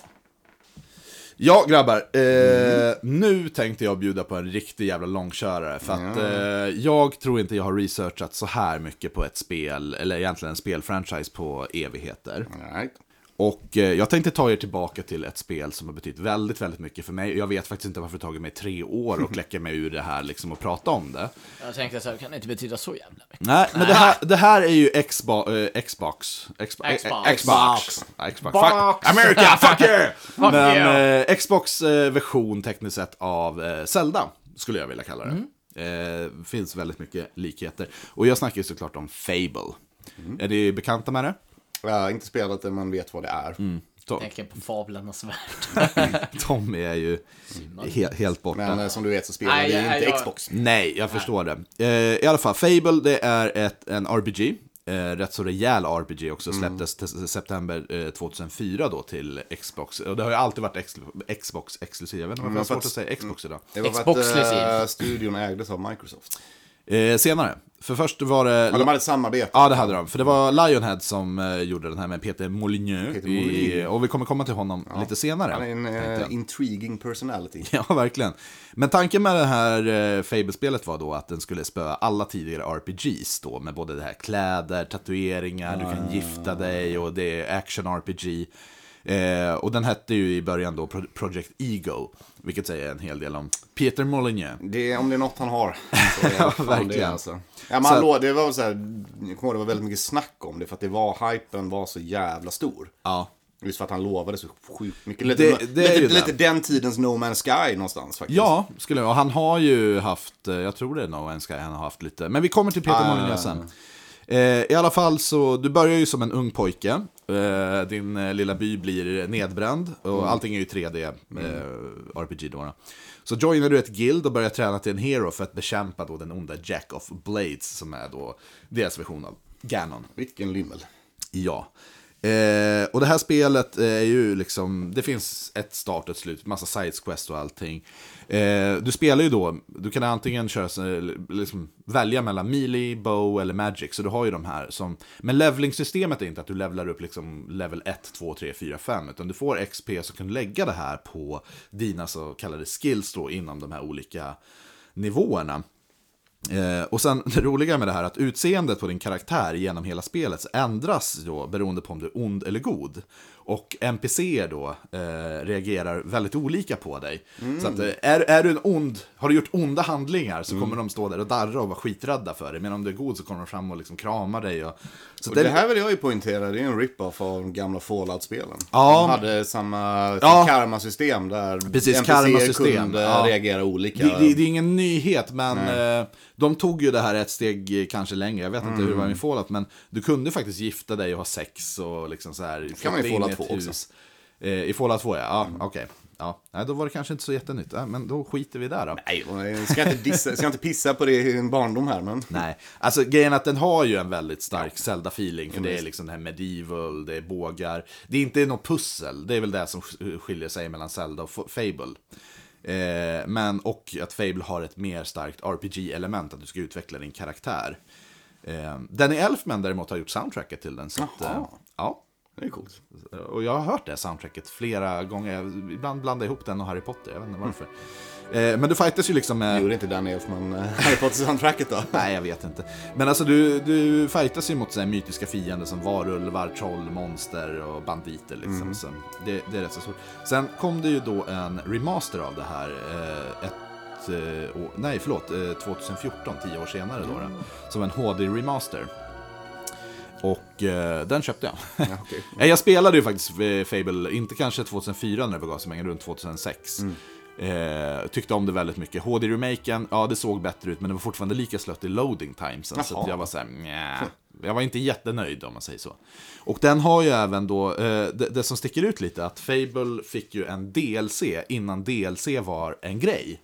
Ja, grabbar. Eh, Nu tänkte jag bjuda på en riktig jävla långkörare. För att eh, jag tror inte jag har researchat så här mycket på ett spel, eller egentligen en spelfranchise på evigheter.
Nej.
Och eh, jag tänkte ta er tillbaka till ett spel som har betytt väldigt, väldigt mycket för mig. Jag vet faktiskt inte varför det tagit mig tre år att kläcka mig ur det här liksom och prata om det.
Jag tänkte så här, kan det inte betyda så jävla mycket?
Nej, men det här, det här är ju Xba- eh, Xbox. eh, Xbox.
Xbox.
Xbox. Ja, Xbox.
Box.
Fuck America, fuck you! Men
you.
eh, Xbox eh, version tekniskt sett av eh, Zelda, skulle jag vilja kalla det. Eh, finns väldigt mycket likheter. Och jag snackar ju såklart om Fable. Är ni bekanta med det?
Jag har inte spelat det, men vet vad det är.
To-
Tänker på Fablernas värld.
Tommy är ju he- helt borta.
Men eh, som du vet så spelar
Nej,
vi
jag-
inte
jag-
Xbox.
Nej, jag förstår det. Eh, I alla fall, Fable det är ett, en RPG. Eh, rätt så rejäl RPG också,
Mm.
släpptes till september eh, 2004 då till Xbox. Och det har ju alltid varit ex- Xbox exklusivt. Jag vet inte varför jag har svårt att säga Xbox idag.
Mm. Det var för att
Xbox-exklusivt.
eh, studion ägdes av Microsoft.
Eh, senare, för först var
Ja, de
det...
hade ett samarbete.
Ja, det hade de. För det var Lionhead som eh, gjorde den här med Peter Molyneux.
Peter
I,
Molyneux.
och vi kommer komma till honom lite senare.
Han är en
tänkte jag.
eh, intriguing personality.
*laughs* Ja, verkligen. Men tanken med det här eh, Fable-spelet var då att den skulle spöa alla tidigare RPGs då, med både det här kläder, tatueringar, du kan gifta dig och det är action-RPG. Eh, och den hette ju i början då Pro- Project Ego, vilket säger en hel del om Peter Molyneux.
Det, om det är något han har. *laughs* Så är det fan
verkligen.
Det, alltså. ja, men
Så-
hallå, det var så här, jag kommer ihåg det var väldigt mycket snack om det för att det var, hypen var så jävla stor.
Ja.
Just för att han lovade så sjukt mycket. Lite,
Det- det är
lite,
ju
lite
den.
den tidens No Man's Sky någonstans faktiskt.
Ja, skulle jag. Och han har ju haft, eh, jag tror det är No Man's Sky han har haft lite. Men vi kommer till Peter
Ah,
Molyneux
ja, ja,
sen. Eh, I alla fall så, du börjar ju som en ung pojke. Eh, din eh, lilla by blir nedbränd och
Mm.
allting är ju 3D eh, RPG då. då. Så joinar du ett guild och börjar träna till en hero för att bekämpa då den onda Jack of Blades som är då deras version av Ganon.
Vilken lymmel.
Ja. Eh, och det här spelet är ju liksom, det finns ett start och ett slut, massa sidesquest och allting. Eh, du spelar ju då, du kan antingen köra, så- eller liksom, välja mellan melee, bow eller magic, så du har ju de här som, men levelingsystemet är inte att du levlar upp liksom level 1, 2, 3, 4, 5, utan du får XP så kan du lägga det här på dina så kallade skills då inom de här olika nivåerna. Eh, och sen *laughs* det roliga med det här är att utseendet på din karaktär genom hela spelet ändras då beroende på om du är ond eller god. Och NPCer då eh, reagerar väldigt olika på dig. Så att, eh, är, är du en ond, har du gjort onda handlingar
Mm.
så kommer de stå där och darra och vara skiträdda för dig. Men om du är god så kommer de fram och liksom kramar dig. Och, så
Och
det-
det här vill jag ju poängtera, det är en rip-off av de gamla Fallout-spelen.
Ja.
De hade samma
Ja.
karmasystem där
Precis, karmasystem.
kunde
Ja.
reagera olika.
Det, det, det är ingen nyhet, men eh, de tog ju det här ett steg eh, kanske längre. Jag vet inte hur
Mm.
det var med Fallout, men du kunde faktiskt gifta dig och ha sex och liksom så här. flytta
man i
in
Fallout
ett
2 också. Mm.
hus. Eh, I Fallout 2, ja. ja Okej. Ja. Nej, då var det kanske inte så jättenytt. Ja, men då skiter vi där då.
Nej, jag ska inte, dissa, ska inte pissa på det i en barndom här, men...
Nej, alltså grejen är att den har ju en väldigt stark Zelda-feeling. För det är liksom det här medieval, det är bågar. Det är inte något pussel, det är väl det som skiljer sig mellan Zelda och F- Fable. Eh, men, och att Fable har ett mer starkt RPG-element, att du ska utveckla din karaktär. Eh, Danny Elfman däremot har gjort soundtracket till den. Så att, eh,
Jaha.
ja,
Det är coolt.
och jag har hört det här soundtracket flera gånger. Jag- Ibland blandar jag ihop den och Harry Potter, jag vet inte varför. Eh, men du fightas ju liksom med...
Gjorde inte Danny Elfman eh, *laughs* Harry Potter-soundtracket då?
*laughs* Nej, jag vet inte. Men alltså du, du fightas ju mot så här mytiska fiender som varulvar, troll, monster och banditer liksom. Så det, det är rätt så stort. Sen kom det ju då en remaster av det här. Eh, ett, eh, år, nej, förlåt. Eh, 2014, tio år senare då. då som en HD-remaster. Och eh, den köpte jag.
Ja, okej.
Nej, Jag spelade ju faktiskt eh, Fable, inte kanske 2004 när det begav sig, men runt 2006. Eh, tyckte om det väldigt mycket. HD-remaken, ja det såg bättre ut, men det var fortfarande lika slött i loading timesen. Så
Jaha.
att jag var såhär, nja. Jag var inte jättenöjd om man säger så. Och den har ju även då, eh, det, det som sticker ut lite, att Fable fick ju en DLC innan DLC var en grej.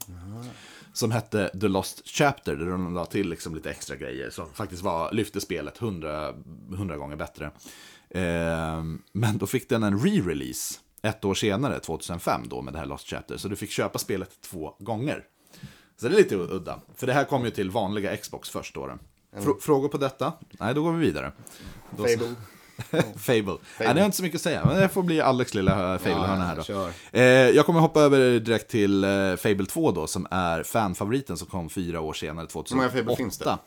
Som hette The Lost Chapter, där de la till liksom lite extra grejer som faktiskt var, lyfte spelet hundra, hundra gånger bättre. Ehm, men då fick den en re-release ett år senare, 2005, då med det här Lost Chapter. Så du fick köpa spelet två gånger. Så det är lite udda. För det här kom ju till vanliga Xbox först då. då.
Mm.
Frå- frågor på detta? Nej, då går vi vidare. Då så-
Fable.
*laughs* Fable. Nej, det har inte så mycket att säga, men det får bli Alex lilla Fable-hörna här då.
kör.
Eh, jag kommer hoppa över direkt till eh, Fable 2 då, som är fanfavoriten som kom fyra år senare, 2008.
många Fable finns det?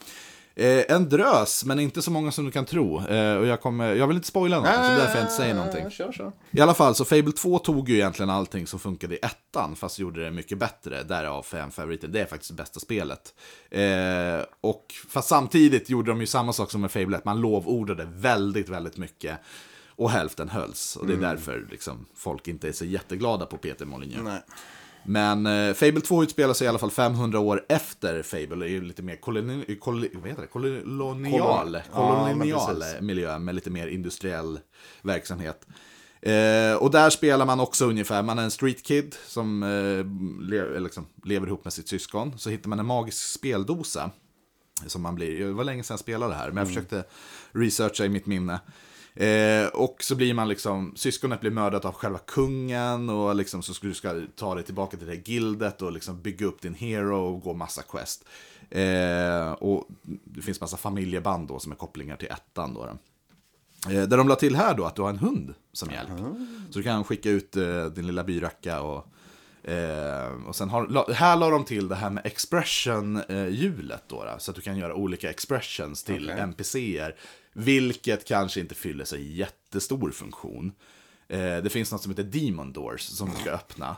Eh, en drös, men inte så många som du kan tro. Eh, och jag, kommer, jag vill inte spoila något, så därför jag inte säger någonting.
Eh, Kör, kör.
I alla fall, så Fable 2 tog ju egentligen allting som funkade i ettan, fast gjorde det mycket bättre. Därav fanfavoriten, det är faktiskt det bästa spelet. Eh, och, fast samtidigt gjorde de ju samma sak som med Fable 1, man lovordade väldigt, väldigt mycket. Och hälften hölls, och det är därför liksom, folk inte är så jätteglada på Peter Molyneux.
Nej.
Men eh, Fable 2 utspelar sig i alla fall 500 år efter Fable. Det är ju lite mer koloni, kol, vad heter det? kolonial,
Kolon- Ja, men
kolonial
precis.
miljö med lite mer industriell verksamhet. Eh, och där spelar man också ungefär, man är en street kid som eh, le, liksom, lever ihop med sitt syskon. Så hittar man en magisk speldosa som man blir. Det var länge sedan jag spelade det här, men jag försökte researcha i mitt minne. Eh, och så blir man liksom, syskonet blir mördat av själva kungen och liksom så ska du ska ta dig tillbaka till det här gildet och liksom bygga upp din hero och gå massa quest. Eh, och det finns massa familjeband då som är kopplingar till ettan då. då. Eh, där de la till här då att du har en hund som hjälp. Så du kan skicka ut eh, din lilla byracka och... Eh, och sen har, la, här la de till det här med expression-hjulet då, då. Så att du kan göra olika expressions till NPCer. Vilket kanske inte fyller sig jättestor funktion. Eh, det finns något som heter Demon Doors som du ska öppna.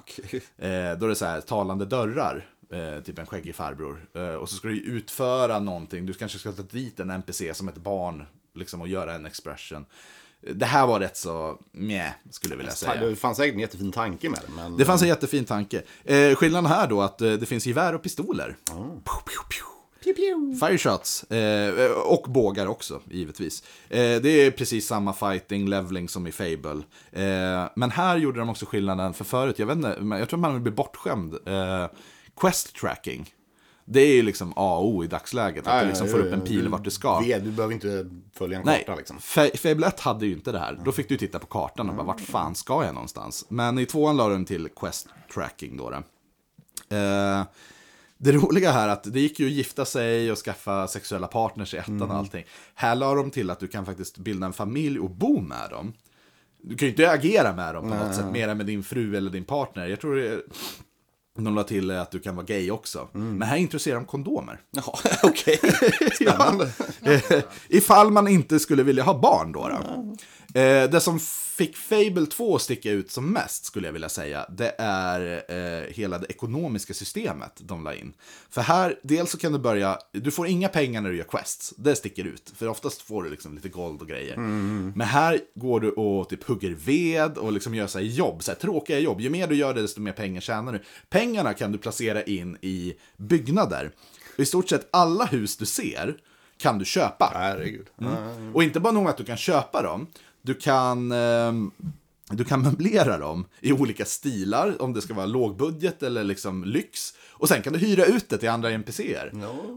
Eh, då är det så här, talande dörrar. Eh, typ en skäggig farbror. Eh, och så ska du ju utföra någonting. Du kanske ska ta dit en NPC som ett barn. Liksom och göra en expression. Eh, Det här var rätt så meh, skulle jag vilja säga.
Det fanns säkert en jättefin tanke med det. Men...
Det fanns en jättefin tanke. Eh, skillnaden här då att eh, det finns gevär och pistoler.
Ah.
Pew, pew, pew. Fire shots. Eh, och bågar också, givetvis. Eh, det är precis samma fighting, leveling som i Fable. Eh, men här gjorde de också skillnaden för förut, jag vet inte, men jag tror man blir bortskämd. Eh, quest tracking. Det är ju liksom A och O i dagsläget, att
Ja,
du
ja,
liksom
ja,
får
ja,
upp en
ja.
pil vart du ska.
Vet, du behöver inte följa en
Nej,
karta liksom.
Fa- Fable 1 hade ju inte det här. Då fick du titta på kartan och bara, vart fan ska jag någonstans? Men i tvåan la de till Quest Tracking då. då. Eh, det roliga här är att det gick ju att gifta sig och skaffa sexuella partners i ettan
Mm.
och allting. Här la de till att du kan faktiskt bilda en familj och bo med dem. Du kan ju inte agera med dem på något sätt, mer än med din fru eller din partner. Jag tror det är... De la till att du kan vara gay också. Men här introducerar de kondomer.
Ja, Mm. *laughs* okej.
*laughs* Ja. Eh, *laughs* Ifall man inte skulle vilja ha barn då. då. Eh, Det som fick Fable 2 att sticka ut som mest skulle jag vilja säga, det är eh, hela det ekonomiska systemet de la in. För här, dels så kan du börja, du får inga pengar när du gör quests, det sticker ut. För oftast får du liksom lite gold och grejer. Men här går du och typ hugger ved och liksom gör så här jobb, så här tråkiga jobb. Ju mer du gör det, desto mer pengar tjänar du. Pengarna kan du placera in i byggnader. I stort sett alla hus du ser kan du köpa.
Herregud.
Mm. Och inte bara nog att du kan köpa dem, du kan, ehm, du kan möblera dem i olika stilar, om det ska vara lågbudget eller liksom lyx. Och sen kan du hyra ut det till andra NPCer.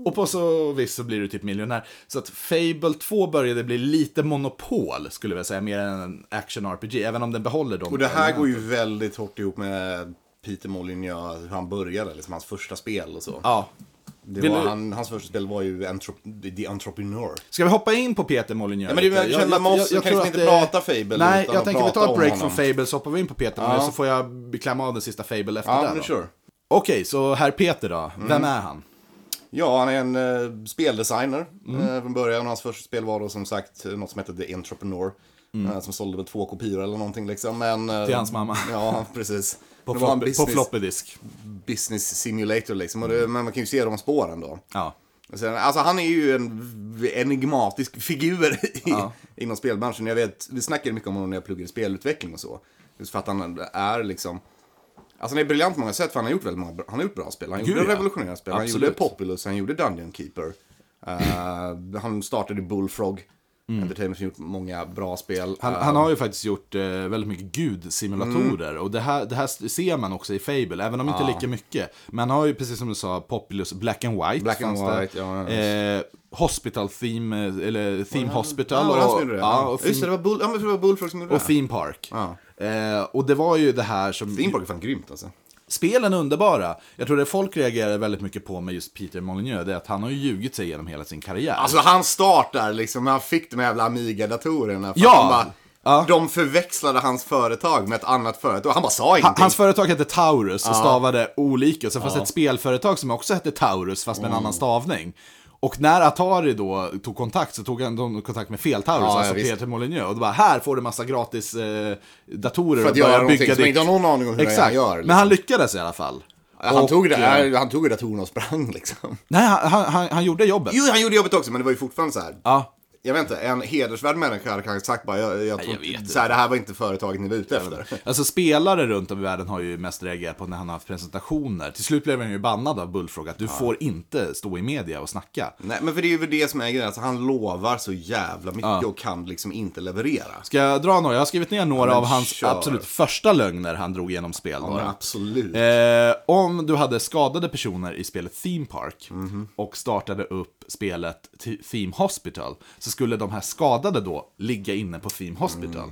Och på så vis så blir du typ miljonär. Så att Fable 2 började bli lite monopol, skulle jag säga, mer än en action-RPG, även om den behåller dem.
Och det här går ju väldigt hårt ihop med Peter Molyneux, hur han började, liksom hans första spel och så.
Ja.
det
vill
var,
du-
han, hans första spel var ju Entrop- The Entrepreneur.
Ska vi hoppa in på Peter Molyneux?
Ja, men det är väl
lite?
kända med oss, så kanske
tror
vi inte
att det-
pratar Fable,
Nej,
utan
jag
att
tänker vi
prata
tar ett
om
break
honom.
från Fable så hoppar vi in på Peter Molyneux så får jag klämma av den sista Fable efter
Ja,
det.
men Mm.
då.
sure.
Okej, så herr Peter då. Vem är han?
Ja, han är en eh, speldesigner
Mm.
eh, från början. Hans första spel var då som sagt eh, något som hette The Entrepreneur. Eh, som sålde väl två kopior eller någonting liksom. Men, eh,
Mm. Till hans mamma.
*laughs* Ja, precis.
På,
det var en
flop, på Mm.
business,
floppedisk.
business simulator liksom. Och det, men man kan ju se de spåren då.
Ja.
Sen, alltså han är ju en v- enigmatisk figur i,
Ja.
inom spelbranschen. Jag vet, vi snackade mycket om honom när jag pluggade spelutveckling och så. Just för att han är liksom... Alltså han är briljant på många sätt för han har gjort väldigt många bra, han har gjort bra spel. Han
Gud,
gjorde
ja.
revolutionerande spel. Han
Absolut.
gjorde Populous, han gjorde Dungeon Keeper. Eh, han startade Bullfrog. Entertainment som gjort många bra spel.
Mm. Han,
Eh,
han har ju faktiskt gjort eh, väldigt mycket gudsimulatorer.
Mm.
Och det här, det här ser man också i Fable, även om inte lika mycket. Men han har ju, precis som du sa, Populous Black and White.
Black and
fanns där.
White, ja, ja,
eh, Hospital Theme, eh, eller Theme Hospital.
Ja, det var han som gjorde det.
ja, och
Just det, det
theme,
var, Bull, ja, men det var Bullfrog som gjorde
och theme Park.
Ja.
Eh, och det var ju det här som...
det. Finborg är fan grymt alltså.
spelen är underbara. Jag tror det folk reagerar väldigt mycket på med just Peter Molyneux, det är att han har ju ljugit sig genom hela sin karriär.
Alltså hans start där liksom, när han fick de här jävla Amiga-datorerna. för
Ja!
att han Bara,
Ja.
De förväxlade hans företag med ett annat företag. Han bara sa
Ha-
ingenting.
Hans företag hette Taurus och stavade olika, och sen fanns det ett spelföretag som också hette Taurus fast med en
Mm.
annan stavning. Och när Atari då tog kontakt så tog han de kontakt med fel Taurus,
Ja,
alltså
ja, visst.
Peter Molyneux. Och då bara, här får du massa gratis eh, datorer
För att
och börja
göra någonting
bygga
som
ditt-
inte har någon aning om hur han
Exakt.
gör,
Men
liksom.
han lyckades i alla fall.
han, tog det,
Och, eh,
han tog ju datorn och sprang *laughs* liksom.
Nej, han, han, han, han gjorde jobbet.
Jo, han gjorde jobbet också, men det var ju fortfarande så här.
Ja,
Jag vet inte, en hedersvärd människa hade kanske sagt bara, jag, jag, tror
jag vet
inte- så här, det här var inte företaget ni var ute efter.
*laughs* Alltså spelare runt om i världen har ju mest reagerat på när han har haft presentationer. Till slut blev han ju bannad av Bullfrog att du får inte stå i media och snacka.
Nej, men för det är ju det som är grejen, alltså, han lovar så jävla mycket och kan liksom inte leverera.
Ska jag dra några? Jag har skrivit ner några
men
av hans
kör.
absolut första lögner han drog genom spel. då.
Men absolut.
Eh, om du hade skadade personer i spelet Theme Park
Mhm.
och startade upp spelet T- Theme Hospital så skulle de här skadade då ligga inne på Theme Hospital.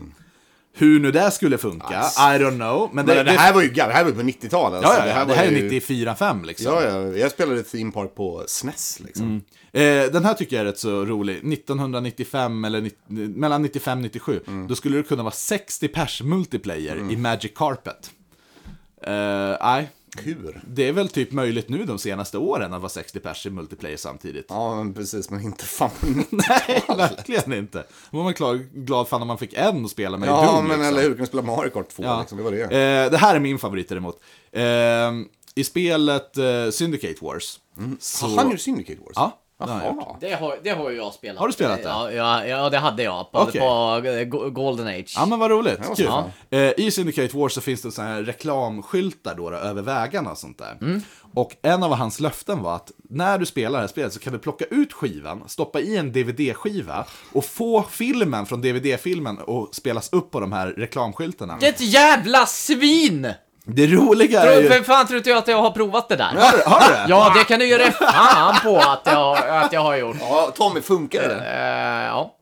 Hur nu det skulle funka, I don't know. Men
Mm.
det,
Alltså. men det,
det-
här var ju gammalt, det här var ju på 90-talet.
ja,
alltså.
ja, ja, det här, är
var ju-
94-5 liksom.
Ja, ja, jag spelade Theme Park på SNES liksom.
Eh, den här tycker jag är rätt så rolig. 1995 eller 90, mellan 95 och 97.
Mm.
Då skulle det kunna vara 60 pers multiplayer i Magic Carpet. Eh, Nej,
Kur.
Det är väl typ möjligt nu de senaste åren att vara 60 pers i multiplayer samtidigt.
Ja, men precis, men inte fan
*laughs* Nej, verkligen inte. Då var man klar, glad fan om man fick en att spela med i
Ja,
Doom.
men
liksom.
eller hur, kan spela Mario Kart 2 liksom, det var det.
Eh, det här är min favorit däremot. Eh, I spelet eh, Syndicate Wars. Så...
Mm. Han gjorde Syndicate Wars?
Ja, det har jag
Jaha.
Det har, det har ju jag spelat.
Har du spelat det?
Ja, ja, ja det hade jag. På,
Okej.
på eh, Go- Golden Age.
Ja men vad roligt,
var
kul.
så
Eh, I Syndicate Wars så finns det såna här reklamskyltar då, då över vägarna och sånt där.
Mm.
Och en av hans löften var att när du spelar det här spelet så kan du plocka ut skivan, stoppa i en DVD-skiva och få filmen från DVD-filmen och spelas upp på de här reklamskyltarna.
Vilket jävla svin!
Det roliga är
Tror,
ju...
för fan tror inte jag att jag har provat det där?
Har,
*laughs*
har du det?
Ja, det kan du göra fan på att jag, att jag har gjort.
Ja, Tommy, funkade det?
Eh, ja.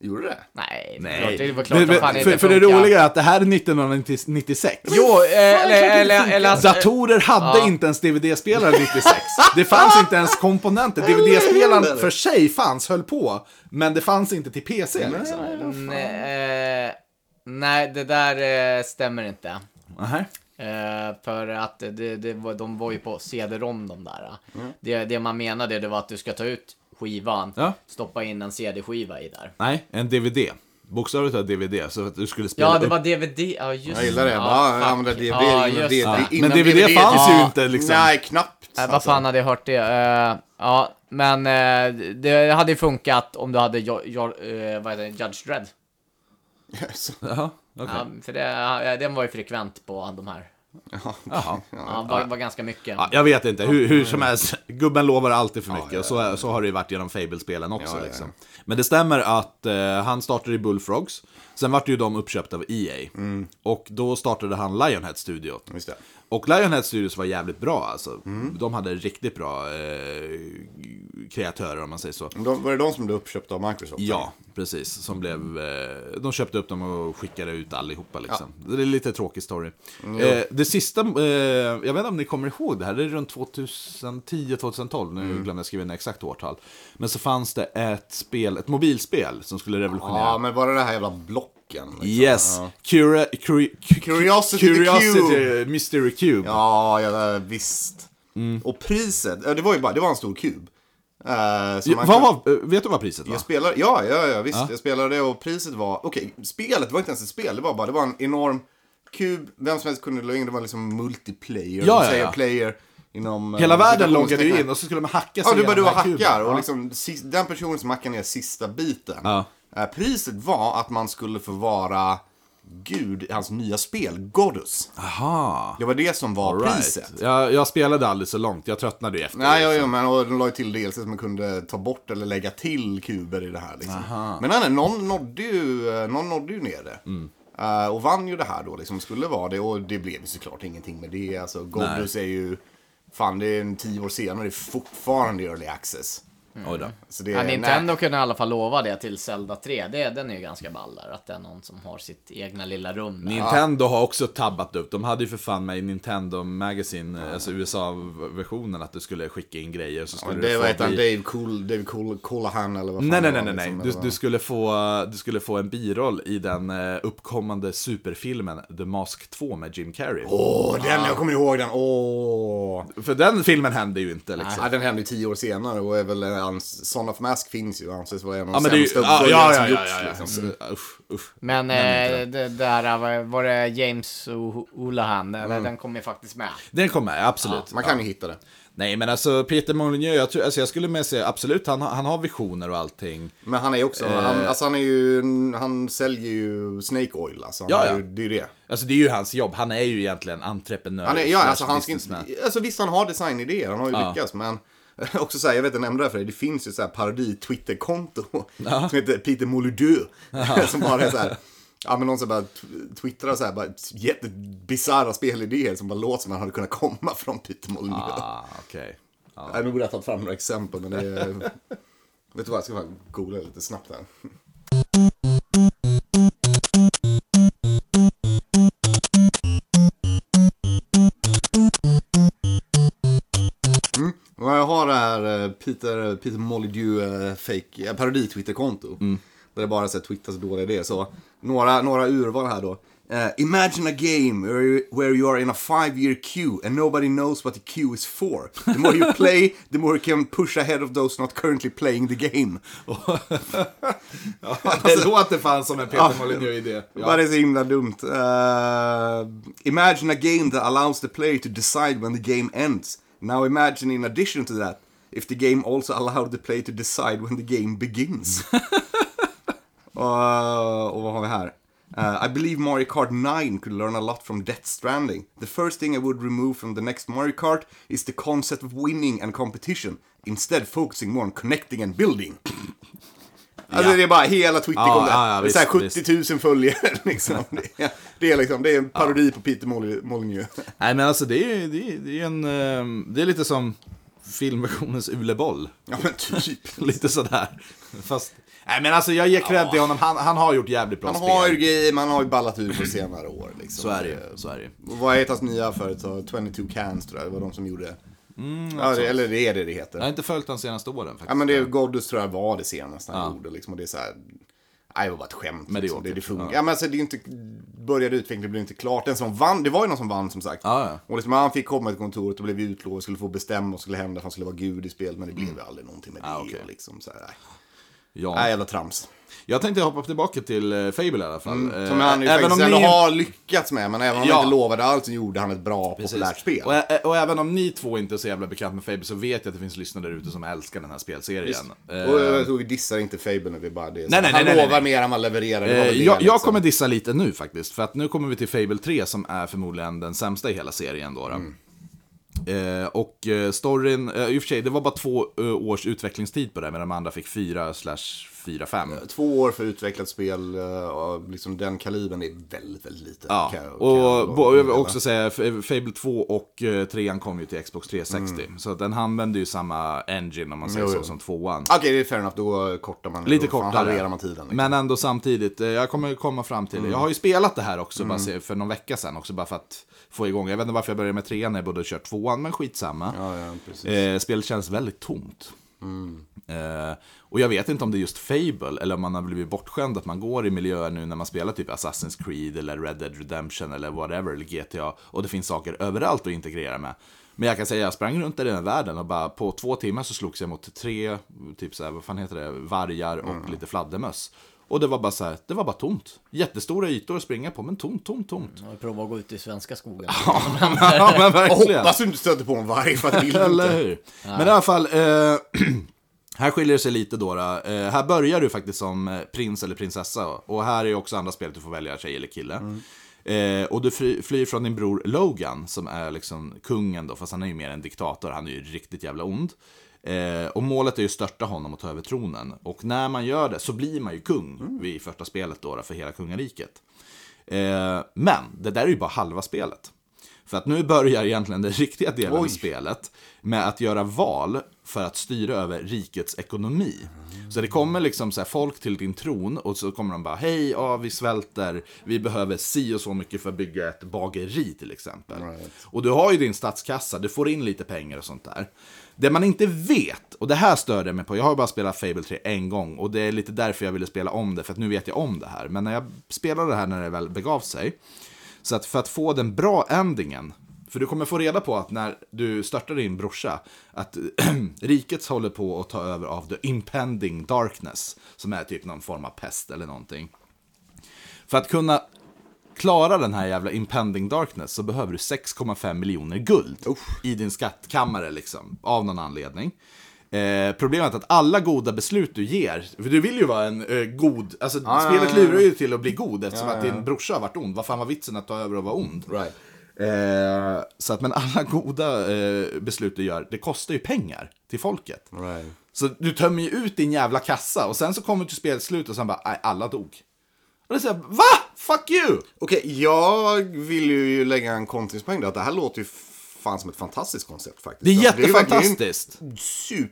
Gjorde det?
Nej,
Nej.
det var klart
Men-
att fan
men-
inte
för, för det
funkar.
roliga är att det här är 1996.
Jo, eh, eller, eller, eller att-
Datorer hade inte ens DVD-spelare 96. Det fanns inte ens komponenter. DVD-spelaren för sig fanns, höll på. Men det fanns inte till PC. Liksom.
Nej, eh, nej, det där eh, stämmer inte.
Nej.
Eh, för att det, det var, de var ju på CD-ROM de där. eh. Det, det man menade det var att du ska ta ut skivan,
Mm. Ja.
stoppa in en CD-skiva i där.
Nej, en DVD. Bokstavligt taget DVD, så att du skulle spela
Ja, det var
upp.
DVD. Ja, just
Jag gillar det. Ja, jag använde DVD
Ja,
innan
just
DVD.
det.
innan
Men DVD fanns ju
Ja.
inte, liksom.
Nej, knappt. *laughs*
Äh, vad fan hade jag hört det? Eh, ja, men eh, det hade ju funkat om du hade jo, jo, eh, vad heter det? Judge Dredd.
Yes.
Jaha, okej.
Ja, för det, eh, den var ju frekvent på de här.
Jaha.
Ja, var, var ganska mycket.
Ja, jag vet inte, hur, hur som helst, gubben lovar alltid för mycket. Och så, så har det ju varit genom Fable-spelen också.
Ja, ja, ja.
Liksom. Men det stämmer att eh, han startade i Bullfrogs, sen vart ju de uppköpta av EA. Och då startade han Lionhead-studiot.
Mm. Just det. Mm.
Och Lionhead Studios var jävligt bra alltså. De hade riktigt bra eh, kreatörer om man säger så.
De, var det de som blev uppköpta av Microsoft?
Ja, precis. Som
Mm.
blev, eh, de köpte upp dem och skickade ut allihopa liksom. Det är lite tråkig story.
Mm,
Eh, det sista, eh, jag vet inte om ni kommer ihåg det här, det är runt 2010-2012, nu
Mm.
glömde jag skriva ner exakt årtal. Men så fanns det ett spel, ett mobilspel som skulle revolutionera.
Ja, men var det det här jävla blocken? liksom?
Yes, Cura, curi,
Curiosity the
Curiosity
Cube.
Mystery Cube.
Ja, ja visst.
Mm.
Och priset, ja, det var ju bara, det var en stor kub. Eh, som man
Vad
kunde-
var, eh, vet du vad priset var?
Jag spelade, ja, ja, ja, visst. Jag spelade det och priset var, okej, spelet var inte ens ett spel. Det var bara, det var en enorm kub. Vem som helst kunde logga in. Det var liksom multiplayer.
Ja,
de
ja,
säger
ja.
player inom... eh,
Hela världen loggade
citationstecken.
ju in och så skulle de hacka sig
Ja, du bara
igenom
du
den här kuben.
hackar och
Ja.
liksom sis- den personen som hackar ner sista biten.
Ja.
Eh, Priset var att man skulle få vara gud i hans nya spel, Godus.
Aha.
Det var det som var
Right.
priset.
Jag, jag spelade aldrig så långt, jag tröttnade ju efter.
Nej, ja,
liksom.
ja, men och de la ju till DLC som man kunde ta bort eller lägga till kuber i det här. Liksom. Men nej, nej, någon, nådde ju, eh, någon nådde ju ner det.
Mm.
Eh, och vann ju det här då, liksom skulle vara det. Och det blev ju såklart ingenting med det. Alltså, Godus är ju, fan det är en tio år senare, det är fortfarande early access.
Oj då.
Så det,
Ja,
nej.
Nintendo kunde i alla fall lova det till Zelda 3. Det, den är ju ganska ball där, att det är någon som har sitt egna lilla rum. Där.
Nintendo har också tabbat upp. De hade ju för fan med i Nintendo Magazine, alltså USA-versionen, att du skulle skicka in grejer. Så skulle
Men
du
det
få
var hette han
bli-
Dave Cool, Dave Cool, Coolahan eller vad fan
Nej,
det
nej,
var,
nej, nej, nej.
liksom,
Du,
eller
du,
vad-
skulle få, du skulle få en biroll i den eh, uppkommande superfilmen The Mask 2 med Jim Carrey.
Åh, den, jag kommer ihåg den. Åh.
För den filmen hände ju inte liksom.
Ja, den hände ju tio år senare och är väl en, Son of Mask finns ju och anses vara en av
Ja,
de
men det är ju...
sämsta
Ja,
uppföljarna
ja,
som
ja, ja,
gjorts.
ja,
liksom.
ja. Mm. Usch, usch.
Men eh, det där var, var det James O'Hulahan, mm. den kom ju faktiskt med.
Den kom med, absolut.
Man kan ju hitta det.
Nej, men alltså Peter Molyneux, jag, tror, alltså, jag skulle med säga absolut, han, har- han har visioner och allting.
Men han är också,
Eh.
han, alltså han är ju, han säljer ju Snake Oil alltså. Han
Ja,
är
ja.
Ju, det är ju det.
Alltså det är ju hans jobb, han är ju egentligen entreprenör.
Han är, ja,
slash
alltså, han ska inte,
businessman.
alltså visst han har designidéer, han har ju lyckats men *laughs* också så här, jag vet inte, jag nämnde det för dig, det finns ju så här *laughs* parodi-twitterkonto som heter Peter Molyneux. *laughs* som bara är så
*laughs*
här, ja men någon som bara tw- twittrar så här, bara jättebisarra spelidéer som bara låter som man hade kunnat komma *laughs* från Peter Molyneux.
Ah,
*laughs*
okej.
Jag har nog redan tagit fram några exempel men det är, *laughs* vet du vad, jag ska fan googla lite snabbt här. Ja, Jag har det här eh, Peter, Peter Molyneux eh, fake Mm. eh, parodi Twitterkonto. Där det bara så här, twittras dåliga idéer. Så några, några urval här då. Uh, imagine a game where you, where you are in a five year queue and nobody knows what the queue is for. The more *laughs* you play, the more you can push ahead of those not currently playing the game.
Ja,
Alltså,
det låter fan som en Peter Molyneux-idé.
Ja. Bara så himla dumt. Uh, imagine a game that allows the player to decide when the game ends. Now imagine in addition to that, if the game also allowed the player to decide when the game begins. Uh, och vad har vi här? Uh, I believe Mario Kart 9 could learn a lot from Death Stranding. The first thing I would remove from the next Mario Kart is the concept of winning and competition. Instead focusing more on connecting and
*laughs*
building. Alltså det är bara hela Twitter
Ja,
kom där.
ja, ja,
Det är så här
visst,
70 000 följare *laughs*
*laughs*
liksom. Det är, det är liksom, det är en parodi på Peter Mol- Molyneux.
Nej, men alltså det är ju det är, det är en... ehm, Det är lite som filmversionens uleboll.
Ja men typ.
*laughs* Lite sådär. Fast... Nej, men alltså jag ger cred till honom. Han, han har gjort jävligt bra
Man
spel.
har ju grejer, man har ju ballat ur på senare år liksom.
Så är det ju. Så är det ju.
Och Vad heter hans nya företag? 22 Cans tror jag, det var de som gjorde.
Mm,
ja,
alltså-
det, eller det är det det heter.
Jag har inte följt de senaste åren faktiskt.
Ja men det är Godus tror jag var det senaste han gjorde liksom. Och det är så här, nej det var bara ett skämt. Liksom.
Mediokert,
Det, det funkar. Ja.
ja.
men alltså det är ju inte, började utvecklingen blev inte klart. Den som vann, det var ju någon som vann som sagt.
Ja, ja.
Och liksom, han fick komma till kontoret och blev utlovad och skulle få bestämma vad som skulle hända, för han skulle vara gud i spelet. Men det blev ju aldrig någonting med det.
Ah, okej.
och liksom, så här, nej.
Ja.
nej, jävla trams.
Jag tänkte hoppa tillbaka till eh, Fable i alla fall. Eh,
Mm. Som han ju faktiskt
ni-
ändå har lyckats med, men även om
Ja.
han inte lovade allt så gjorde han ett bra, populärt spel.
Och, ä- och även om ni två inte är så jävla bekanta med Fable så vet jag att det finns lyssnare där ute som älskar den här spelserien. Eh,
Och jag tror vi dissar inte Fable när vi bara det. är så-
Nej, nej,
han
nej, nej,
lovar
nej.
mer än man levererar. Det var
Eh,
väl det,
jag, jag
liksom.
kommer dissa lite nu faktiskt, för att nu kommer vi till Fable 3 som är förmodligen den sämsta i hela serien. Då, då.
Mm.
Eh, och eh, storyn, eh, i och för sig, det var bara två eh, års utvecklingstid på det, medan de andra fick fyra slash fyra, fem.
Två år för utvecklat spel eh, och liksom den kalibern är väldigt, väldigt lite.
Ja,
Kan jag- kan jag
och bo- jag vill
meddela.
också säga, F- Fable 2 och eh, 3 kom ju till Xbox 360, så att den använde ju samma engine om man säger
Mm. Jo,
så,
jo.
som tvåan.
Okej, det är fair enough. Då kortar man.
Lite
då fan halverar
kortare.
man tiden. Liksom. Mm.
Men ändå samtidigt, eh, jag kommer komma fram till det. Jag har ju spelat det här också bara se- för någon vecka sedan också bara för att få igång. Jag vet inte varför jag började med trean när jag borde ha kört tvåan, men skitsamma.
Ja, ja, precis.
eh, spelet känns väldigt tomt. Eh, och jag vet inte om det är just Fable eller om man har blivit bortskämd att man går i miljöer nu när man spelar typ Assassin's Creed eller Red Dead Redemption eller whatever, eller GTA. Och det finns saker överallt att integrera med. Men jag kan säga, jag sprang runt i den här världen och bara på två timmar så slogs jag mot tre, typ så här, vad fan heter det, vargar och lite fladdermöss. Och det var bara så här, det var bara tomt. Jättestora ytor att springa på, men tomt, tomt, tomt.
Jag provar att gå ut i svenska skogen.
*laughs* Ja, men
Jag
verkligen.
hoppas du inte stöter på en varg för att du vill
Eller
inte.
hur? Men i alla fall, eh, *clears throat* här skiljer det sig lite då. då. Eh, här börjar du faktiskt som eh, prins eller prinsessa. Och här är också andra spelet du får välja tjej eller kille.
Mm.
Eh, och du fly, flyr från din bror Logan, som är liksom kungen då, fast han är ju mer en diktator, han är ju riktigt jävla ond. Eh, och målet är ju att störta honom och ta över tronen. Och när man gör det så blir man ju kung
Mm.
vid första spelet då, då för hela kungariket. Eh, men det där är ju bara halva spelet. För att nu börjar egentligen den *laughs* riktiga delen av spelet med att göra val för att styra över rikets ekonomi. Så det kommer liksom så här folk till din tron och så kommer de bara hej, ja vi svälter, vi behöver si och så mycket för att bygga ett bageri till exempel. Och du har ju din statskassa, du får in lite pengar och sånt där. Det man inte vet, och det här störde jag mig på, jag har ju bara spelat Fable 3 en gång och det är lite därför jag ville spela om det, för att nu vet jag om det här. Men när jag spelade det här när det väl begav sig, så att för att få den bra endingen, för du kommer få reda på att när du störtar din brorsa, att *clears throat* riket håller på att ta över av the impending darkness, som är typ någon form av pest eller någonting. För att kunna klara den här jävla impending darkness så behöver du 6,5 miljoner guld i din skattkammare liksom, av någon anledning. Eh, problemet är att alla goda beslut du ger, för du vill ju vara en eh, god, alltså spelet lurar ju till att bli god eftersom att din brorsa har varit ond. Vad fan var vitsen att ta över och vara ond?
Right.
Eh, så att, men alla goda eh, beslut du gör, det kostar ju pengar till folket.
Right.
Så du tömmer ju ut din jävla kassa och sen så kommer du till spelets slut och sen bara, nej, alla dog. Och det säger va? Fuck you!
Okej, jag vill ju lägga en kontringspoäng där. att Det här låter ju fan som ett fantastiskt koncept faktiskt.
Det är
Alltså, ju verkligen
jättefantastiskt.
en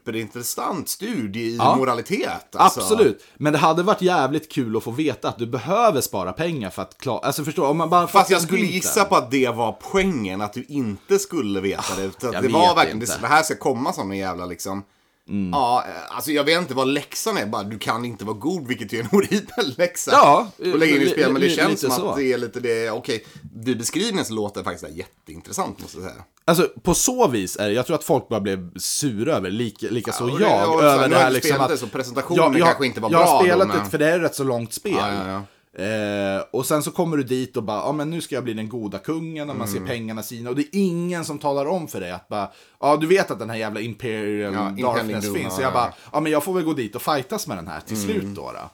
superintressant studie i
Ja.
moralitet. alltså.
Absolut. Men det hade varit jävligt kul att få veta att du behöver spara pengar för att klara... Alltså förstå, om man bara...
Fast jag skulle gissa på att det var poängen, att du inte skulle veta det. Utan att
jag
det
vet
var verkligen,
inte. Mm.
det här ska komma som en jävla liksom. Ja, eh, alltså jag vet inte vad läxan är, bara du kan inte vara god, vilket ju är en horribel läxa.
Ja,
och lägga in i
li-
spel, men det
li-
känns
lite
som
så.
att det är lite det, okej, vid beskrivningen så låter det faktiskt det här jätteintressant måste jag säga.
Alltså på så vis är det, jag tror att folk bara blev sura över, lika, lika så
Ja, och det-
jag,
och så här,
över
nu
det
har
här
du
liksom
spelat
att...
det, så presentationen kanske inte var
jag
bra
har
då,
spelat
men-
det, för det är ett så långt spel.
Ja,
Eh, och sen så kommer du dit och bara, ja men nu ska jag bli den goda kungen och man
Mm.
ser pengarna sina. Och det är ingen som talar om för dig att bara, ja du vet att den här jävla Imperial
Ja, Impending
Darkness
Doom,
finns.
ja, Mm.
Så jag bara,
ja.
ja men jag får väl gå dit och fightas med den här till slut då. då.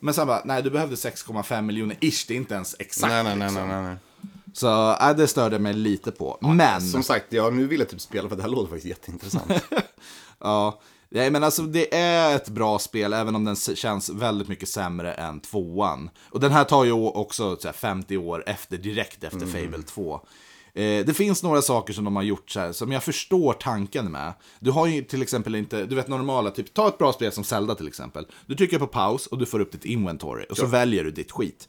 Men sen bara, nej du behövde 6,5 miljoner ish, det är inte ens exakt.
Nej, nej, nej,
liksom.
nej, nej, nej.
Så äh, det störde mig lite på. men,
Som sagt, jag nu vill jag typ spela för det här låter faktiskt
*laughs*
jätteintressant.
ja. Nej, men alltså det är ett bra spel, även om den s- känns väldigt mycket sämre än tvåan. Och den här tar ju å- också så här, 50 år efter, direkt efter Fable 2. Eh, det finns några saker som de har gjort så här, som jag förstår tanken med. Du har ju till exempel inte, du vet normala, typ ta ett bra spel som Zelda till exempel. Du trycker på paus och du får upp ditt inventory och så väljer du ditt skit.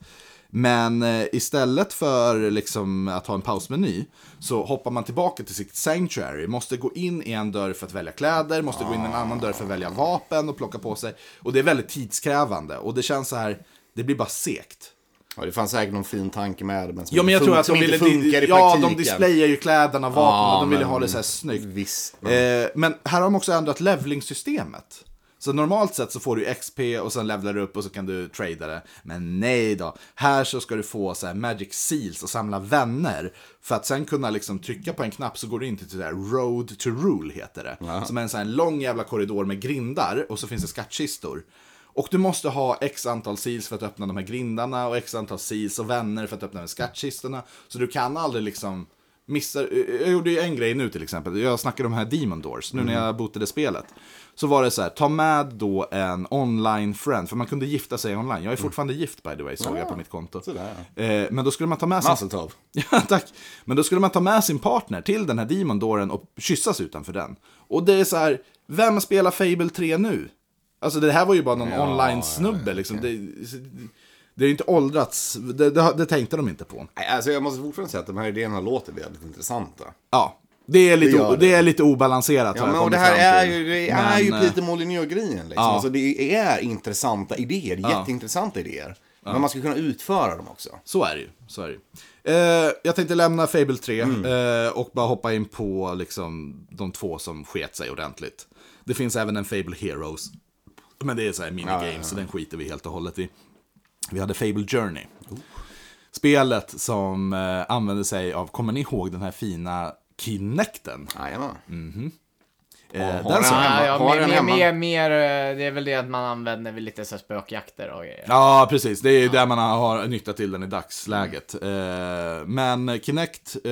Men eh, istället för liksom, att ha en pausmeny så hoppar man tillbaka till sitt sanctuary. Måste gå in i en dörr för att välja kläder, måste gå in i en annan dörr för att välja vapen och plocka på sig. Och det är väldigt tidskrävande och det känns så här, det blir bara segt.
ja, det fanns säkert någon fin tanke med det, men som,
Ja men jag
inte
tror
fun-
att
som
de ville...
inte funkar i
ja, de
praktiken.
displayar ju kläderna, vapnen och de ville
men-
ha det så här snyggt.
Visst.
Eh, men här har de också ändrat levelingsystemet. Så normalt sett så får du XP och sen levlar du upp och så kan du trada det. Men nej då. Här så ska du få så här magic seals och samla vänner. För att sen kunna liksom trycka på en knapp så går du in till det där road to rule heter det. Som är en sån här lång jävla korridor med grindar och så finns det skattkistor. Och du måste ha x antal seals för att öppna de här grindarna och x antal seals och vänner för att öppna de här skattkistorna. Så du kan aldrig liksom missar, eh, jag gjorde ju en grej nu till exempel, jag snackade om de här Demon Doors, nu när jag botade spelet. Så var det så här, ta med då en online friend, för man kunde gifta sig online. Jag är fortfarande gift by the way, såg jag på mitt konto.
sådär,
Eh, Men då skulle man ta med sig...
Hasseltov.
*laughs* Ja, tack. Men då skulle man ta med sin partner till den här Demon Dooren och kyssas utanför den. Och det är så här, vem spelar Fable 3 nu? Alltså det här var ju bara någon online-snubbe liksom. Det, det är ju inte åldrats, det, det, det tänkte de inte på.
Nej, Alltså jag måste fortfarande säga att de här idéerna låter väldigt intressanta.
Ja, det är lite,
Det gör
o-
det.
det är lite obalanserat.
Ja,
har jag
men och det
kommit fram
här är
till.
ju, det
Men,
är ju
eh,
Peter Molyneux-grejen. Liksom. Alltså, det är intressanta idéer, jätteintressanta idéer. Men man ska kunna utföra dem också.
Så är det ju. Så är det ju. Eh, jag tänkte lämna Fable 3
Mm.
eh, och bara hoppa in på liksom, de två som sket sig ordentligt. Det finns även en Fable Heroes. Men det är så här minigame, så den skiter vi helt och hållet i. Vi hade Fable Journey. Spelet som eh, använde sig av, kommer ni ihåg den här fina Kinecten?
Jajamän.
Eh,
har
den
den
som-
Ja,
här-
ja,
Har den
mer, mer,
hemma?
mer, mer, eh, det är väl det att man använder vid lite så här spökjakter och grejer.
Ja, precis. Det är ju där man har nytta till den i dagsläget.
Mm.
Eh, Men Kinect, eh,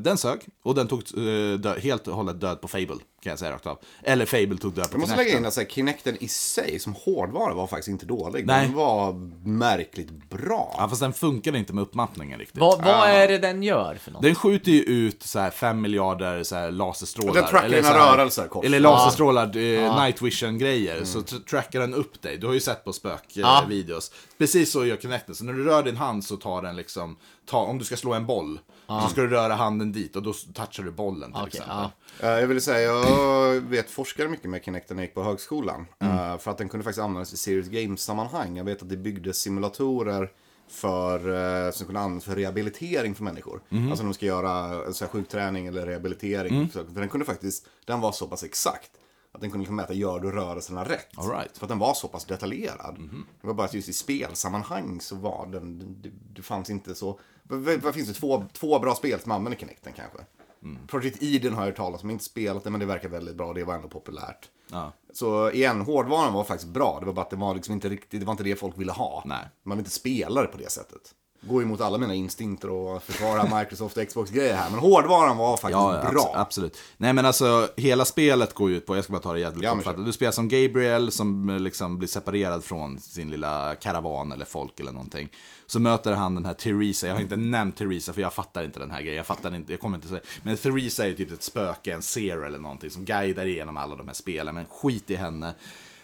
den sög. Och den tog eh, dö- helt och hållet död på Fable, kan jag säga rakt av. Eller Fable tog död på
Jag måste
Kinecten.
lägga in att så här, Kinecten i sig som hårdvara var faktiskt inte dålig.
Nej.
Den var märkligt bra.
Ja, fast den funkade inte med uppmattningen riktigt.
Vad, vad är det den gör för något?
Den skjuter ju ut så här 5 miljarder så här laserstrålar.
Den trackar
så
dina
här-
rörelser, kort.
Eller laserstrålar, eh, night vision-grejer. Så tr- trackar den upp dig. Du har ju sett på spökvideos. videos Precis så gör Kinecten. Så när du rör din hand så tar den liksom, ta, om du ska slå en boll, så ska du röra handen dit och då touchar du bollen till
Okej,
exempel.
ja.
Eh, Jag vill säga, jag vet forskade mycket med Kinecten när jag gick på högskolan.
Mm.
Eh, För att den kunde faktiskt användas i serious games-sammanhang. Jag vet att det byggdes simulatorer för, eh, som kunde användas för rehabilitering för människor.
Mm-hmm.
Alltså när de ska göra eh, så här, sjukträning eller rehabilitering.
Mm.
Så- För den kunde faktiskt, den var så pass exakt. Att den kunde liksom mäta, gör du rörelserna rätt?
All right.
För att den var så pass detaljerad.
Mhm.
Det var bara att just i spelsammanhang så var den, det, det fanns inte så... Vad vad- vad finns det? Två, två bra spel som använder Kinecten kanske?
Mm.
Project Eden har jag hört talas om, inte spelat det men det verkar väldigt bra, det var ändå populärt.
Ja.
Så igen, hårdvaran var faktiskt bra, det var bara att det var liksom inte riktigt, det var inte det folk ville ha.
Nej.
Man vill inte spelare på det sättet. Går ju emot alla mina instinkter och
*laughs*
försvara Microsoft och Xbox-grejer här, men hårdvaran var faktiskt
Ja,
bra.
abs- absolut. Nej men alltså, hela spelet går ju ut på, jag ska bara ta det jävligt
Ja, men
kortfattat. Du spelar som Gabriel som eh, liksom blir separerad från sin lilla karavan eller folk eller någonting. Så möter han den här Theresa, jag har inte nämnt Theresa för jag fattar inte den här grejen, jag fattar inte, jag kommer inte säga. Men Theresa är ju typ ett spöke, en seer eller någonting som guidar igenom alla de här spelen, men skit i henne.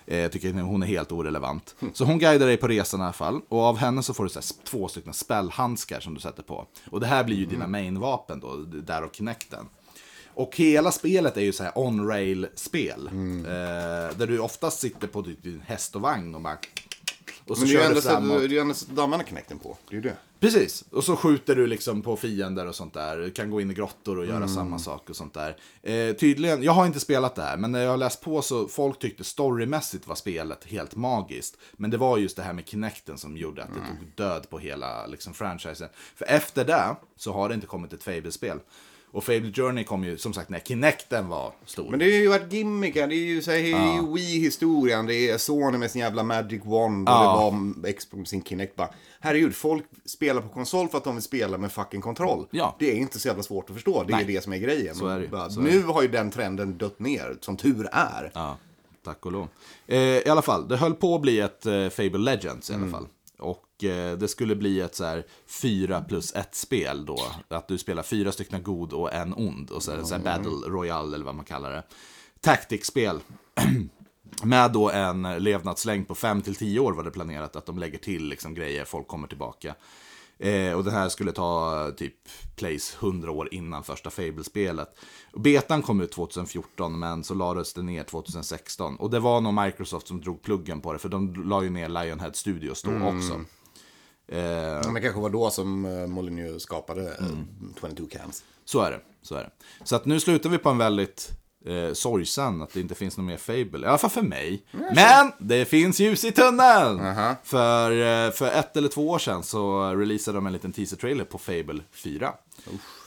Eh, Jag tycker hon är helt orelevant.
Hm.
Så hon guidar dig på resan i alla fall. Och av henne så får du så här s- två stycken
Mm.
spellhandskar som du sätter på. Och det här blir ju dina mainvapen då, d- därav Kinecten. Och hela spelet är ju så här on-rail-spel. Eh, där du oftast sitter på typ din häst och vagn och bara... Och så
Men det är ju
kör du
ändå så att
framåt.
du- det är ju ändå så att dammarna knäckt den på. Det är ju det.
Precis, och så skjuter du liksom på fiender och sånt där. Du kan gå in i grottor och göra
Mm.
samma sak och sånt där. Eh, tydligen, jag har inte spelat det här, men när jag har läst på så folk tyckte storymässigt var spelet helt magiskt. Men det var just det här med Kinecten som gjorde att det
Mm.
tog död på hela liksom, franchisen. För efter det så har det inte kommit ett Fable-spel. Och Fable Journey kom ju som sagt när Kinecten var stor.
Men det är ju varit gimmickar. Det är ju så här, det är ju Wii-historien. Det är Sony med sin jävla Magic Wand. Och det var Xbox med sin Kinect. Bara, herregud, folk spelar på konsol för att de vill spela med fucking kontroll.
Ja.
Det är inte så jävla svårt att förstå. Det är det som är grejen.
Så är det ju.
Bara,
Så är
nu har ju den trenden dött ner, som tur är.
Ja, tack och lov. Eh, I alla fall, det höll på att bli ett eh, Fable Legends i alla fall. Och eh, det skulle bli ett så här 4 plus 1-spel då. Att du spelar fyra stycken god och en ond. Och så är det så här Battle Royale eller vad man kallar det. Tactics-spel. Med då en levnadslängd på 5-10 år var det planerat att de lägger till liksom grejer, folk kommer tillbaka. Eh, och den här skulle ta eh, typ place 100 år innan första Fable-spelet. Betan kom ut 2014 men så lades det ner 2016. Och det var nog Microsoft som drog pluggen på det för de la ju ner Lionhead Studios då också. Eh,
Men det kanske var då som eh, Molyneux skapade eh,
Mm.
22 Cans.
Så är det. Så, är det. så att nu slutar vi på en väldigt eh, sorgsen, att det inte finns någon mer Fable. I alla fall för mig. Men det finns ljus i tunneln! För, eh, för ett eller två år sedan så releasade de en liten teaser-trailer på Fable 4.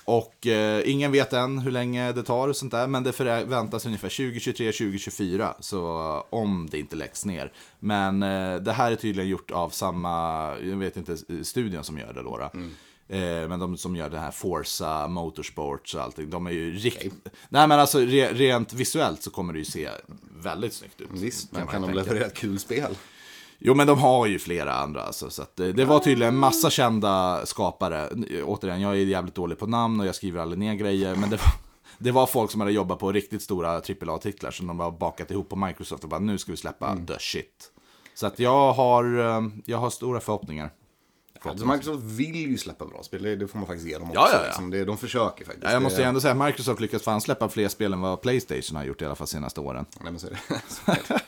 Och eh, ingen vet än hur länge det tar och sånt där, men det förväntas ungefär 2023-2024, så eh, om det inte läggs ner. Men eh, det här är tydligen gjort av samma, jag vet inte, eh, studion som gör det då. då. Eh, Men de som gör det här Forza, Motorsports och allting, de är ju riktigt... Nej men alltså re- rent visuellt så kommer det ju se väldigt snyggt ut.
Visst,
kan
men
man
kan de
tänka.
leverera ett kul spel?
Jo men de har ju flera andra alltså, så att det, det var tydligen en massa kända skapare. eh, Återigen, jag är jävligt dålig på namn och jag skriver aldrig ner grejer, men det var, *laughs* det var folk som hade jobbat på riktigt stora AAA-titlar som de har bakat ihop på Microsoft och bara nu ska vi släppa the shit. Så att jag har, eh, jag har stora förhoppningar.
Alltså, Microsoft vill ju släppa bra spel, det- det får man faktiskt ge dem också.
Ja, ja, ja.
Liksom. Det, de försöker faktiskt.
Ja, Jag måste
Det-
ju ändå säga att Microsoft lyckas fan släppa fler spel än vad Playstation har gjort i alla fall senaste åren.
Nej, men så är det. *laughs* Så är det.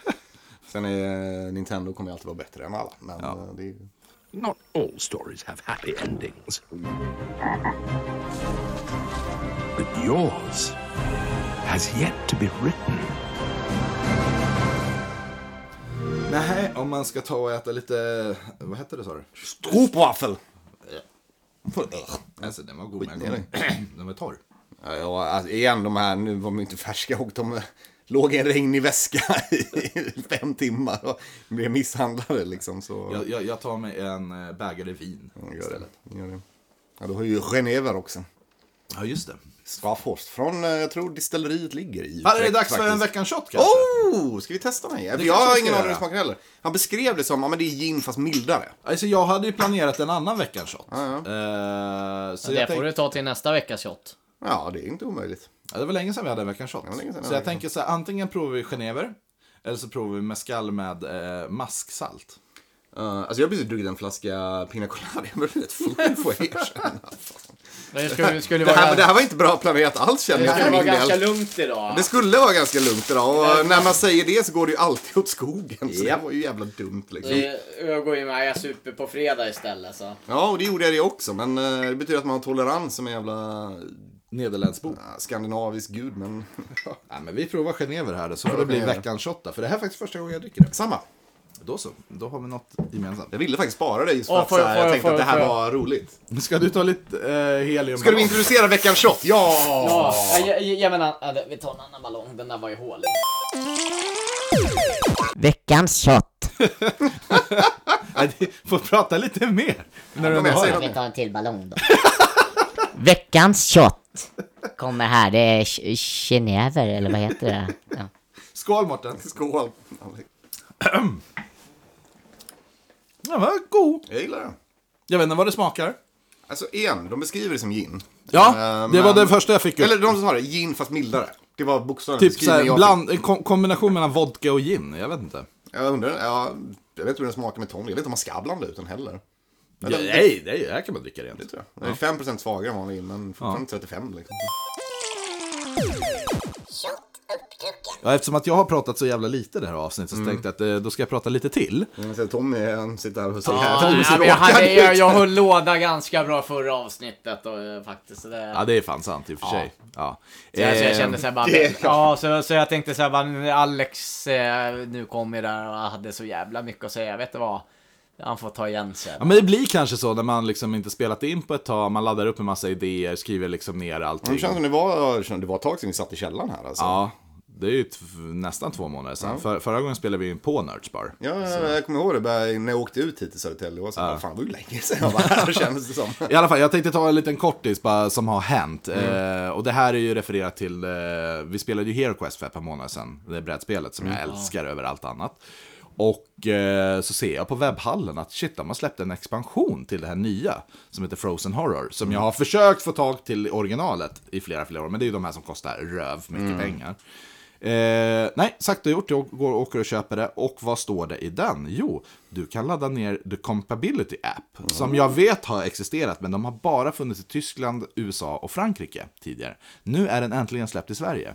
Sen är eh, Nintendo kommer ju alltid vara bättre än alla. Men eh, det är ju...
Not all stories have happy endings. But yours has yet to be written.
Nej, om man ska ta och äta lite, vad hette det sa du?
Stroopwafel!
Alltså den var god men
ner dig.
*clears throat* den var torr.
Ja, ja, alltså, igen, de här, nu var de ju inte färska och de eh, låg i en regnig väska i *laughs* fem timmar och blev misshandlade liksom. Så...
Jag, jag, jag tar mig en eh, bägare vin
gör
istället.
det. Gör det. Ja, du har ju Genever också.
Ja, just det.
Strafhorst från, eh, jag tror distilleriet ligger i.
Här är det
Utrecht,
dags för en
faktiskt.
veckans shot kanske?
Oh! Ska vi testa den? här?
Det
Jag
kanske
har
vi
ingen
ska
aning om hur det
göra.
smakar heller. Han beskrev det som, ja men det är gin fast mildare.
Alltså, jag hade ju planerat en annan veckans shot. Eh, så
Det
jag
får
tänk...
du ta till nästa veckas shot.
Ja, det är inte omöjligt.
ja, det var länge sedan vi hade en veckans shot.
var länge sedan vi
så jag
hade en
tänker så här, antingen provar vi genever, eller så provar vi mezcal med eh, masksalt.
Uh, alltså jag har precis druckit en flaska Pina Colada. *laughs* Jag blev rätt full
*laughs*
får jag erkänna.
Det
*laughs*
skulle, skulle
Det här, det
vara,
här var inte bra planerat alls känner
det
jag.
skulle vara
för min del.
ganska lugnt idag.
Det skulle vara ganska lugnt idag och eh, när man säger det så går det ju alltid åt skogen. Så det var ju jävla dumt liksom.
Det- Jag går ju med, jag super på fredag istället så.
Ja, och det gjorde jag det också. Men eh, det betyder att man har tolerans som en jävla
Nederländsk
eh, skandinavisk gud. Men *laughs*
Nej, men vi provar genever här då, så får det bli
genever.
veckans shot då, För det här är faktiskt första gången jag dricker det.
samma.
Då så, då har vi något gemensamt.
Jag ville faktiskt spara det just för
Åh,
att
får
så
jag-
här,
får
jag
jag-
tänkte
får
att det
jag-
här
får jag-
var roligt.
Ska du ta lite eh, helium?
Ska du introducera veckans shot? Ja!
Ja, jag, jag, jag menar, ja, det- vi tar en annan ballong, den där var ju hålig.
Veckans shot.
Nej, det- *laughs* Får prata lite mer. När du
men
ändå
jag
har
säger
det.
Vi tar en till ballong då. *laughs* Veckans shot kommer här. Det är Ch- Genever, eller vad heter det? Ja.
Skål Mårten!
Skål! Alex.
Den var god.
Jag gillar den.
Jag vet inte vad det smakar.
Alltså igen, de beskriver det som gin.
Ja,
Eh,
det
men-
var den första jag fick upp.
Eller de som sa det, gin fast mildare. Det var bokstavligen
typ såhär, bland, en kom, kombination mellan vodka och gin. Jag vet inte.
Jag undrar, ja, jag vet inte hur den smakar med tonic. Jag vet inte om man ska blanda ut den heller.
Ja, nej, nej, här kan man dricka rent.
Den är 5% svagare än vanlig gin, men fortfarande 35 liksom.
Ja, eftersom att jag har pratat så jävla lite det här avsnittet så tänkte jag att eh, då ska jag prata lite till.
Mm, så Tommy, han sitter här och säger
Ja,
Tommy
nej,
ser
men jag,
åkande
hade, jag,
ut.
jag höll låda ganska bra förra avsnittet och, eh, faktiskt. Så det,
Ja, det är fan sant i och för sig. Ja.
så jag, så jag
Eh,
kände så här bara,
det-
ja, så, så jag tänkte så här bara, Alex eh, nu kom ju där och hade så jävla mycket att säga, vet du vad? Han får ta igen sen.
Ja, men det blir kanske så när man liksom inte spelat in på ett tag, man laddar upp en massa idéer, skriver liksom ner allting.
Det känns som det var, det känns- det var ett tag sedan vi satt i källaren här alltså.
Ja, det är ju t- nästan två månader sedan. För, förra gången spelade vi in på Nerds Bar.
Ja, jag kommer ihåg det. Bara, när jag åkte ut hit till Södertälje var jag så här, fan det var ju länge sedan jag var här *laughs* kändes det som.
I alla fall, jag tänkte ta en liten kortis bara, som har hänt. Eh, och det här är ju refererat till, eh, vi spelade ju Hero Quest för ett par månader sedan. Det är brädspelet som jag älskar över allt annat. Och eh, så ser jag på webbhallen att shit, de har släppt en expansion till det här nya som heter Frozen Horror. Som jag har försökt få tag till originalet i flera, flera år. Men det är ju de här som kostar röv mycket pengar. Eh, nej, sagt och gjort. Jag går och åker och köper det. Och vad står det i den? Jo, du kan ladda ner The Compability App. Som jag vet har existerat, men de har bara funnits i Tyskland, USA och Frankrike tidigare. Nu är den äntligen släppt i Sverige.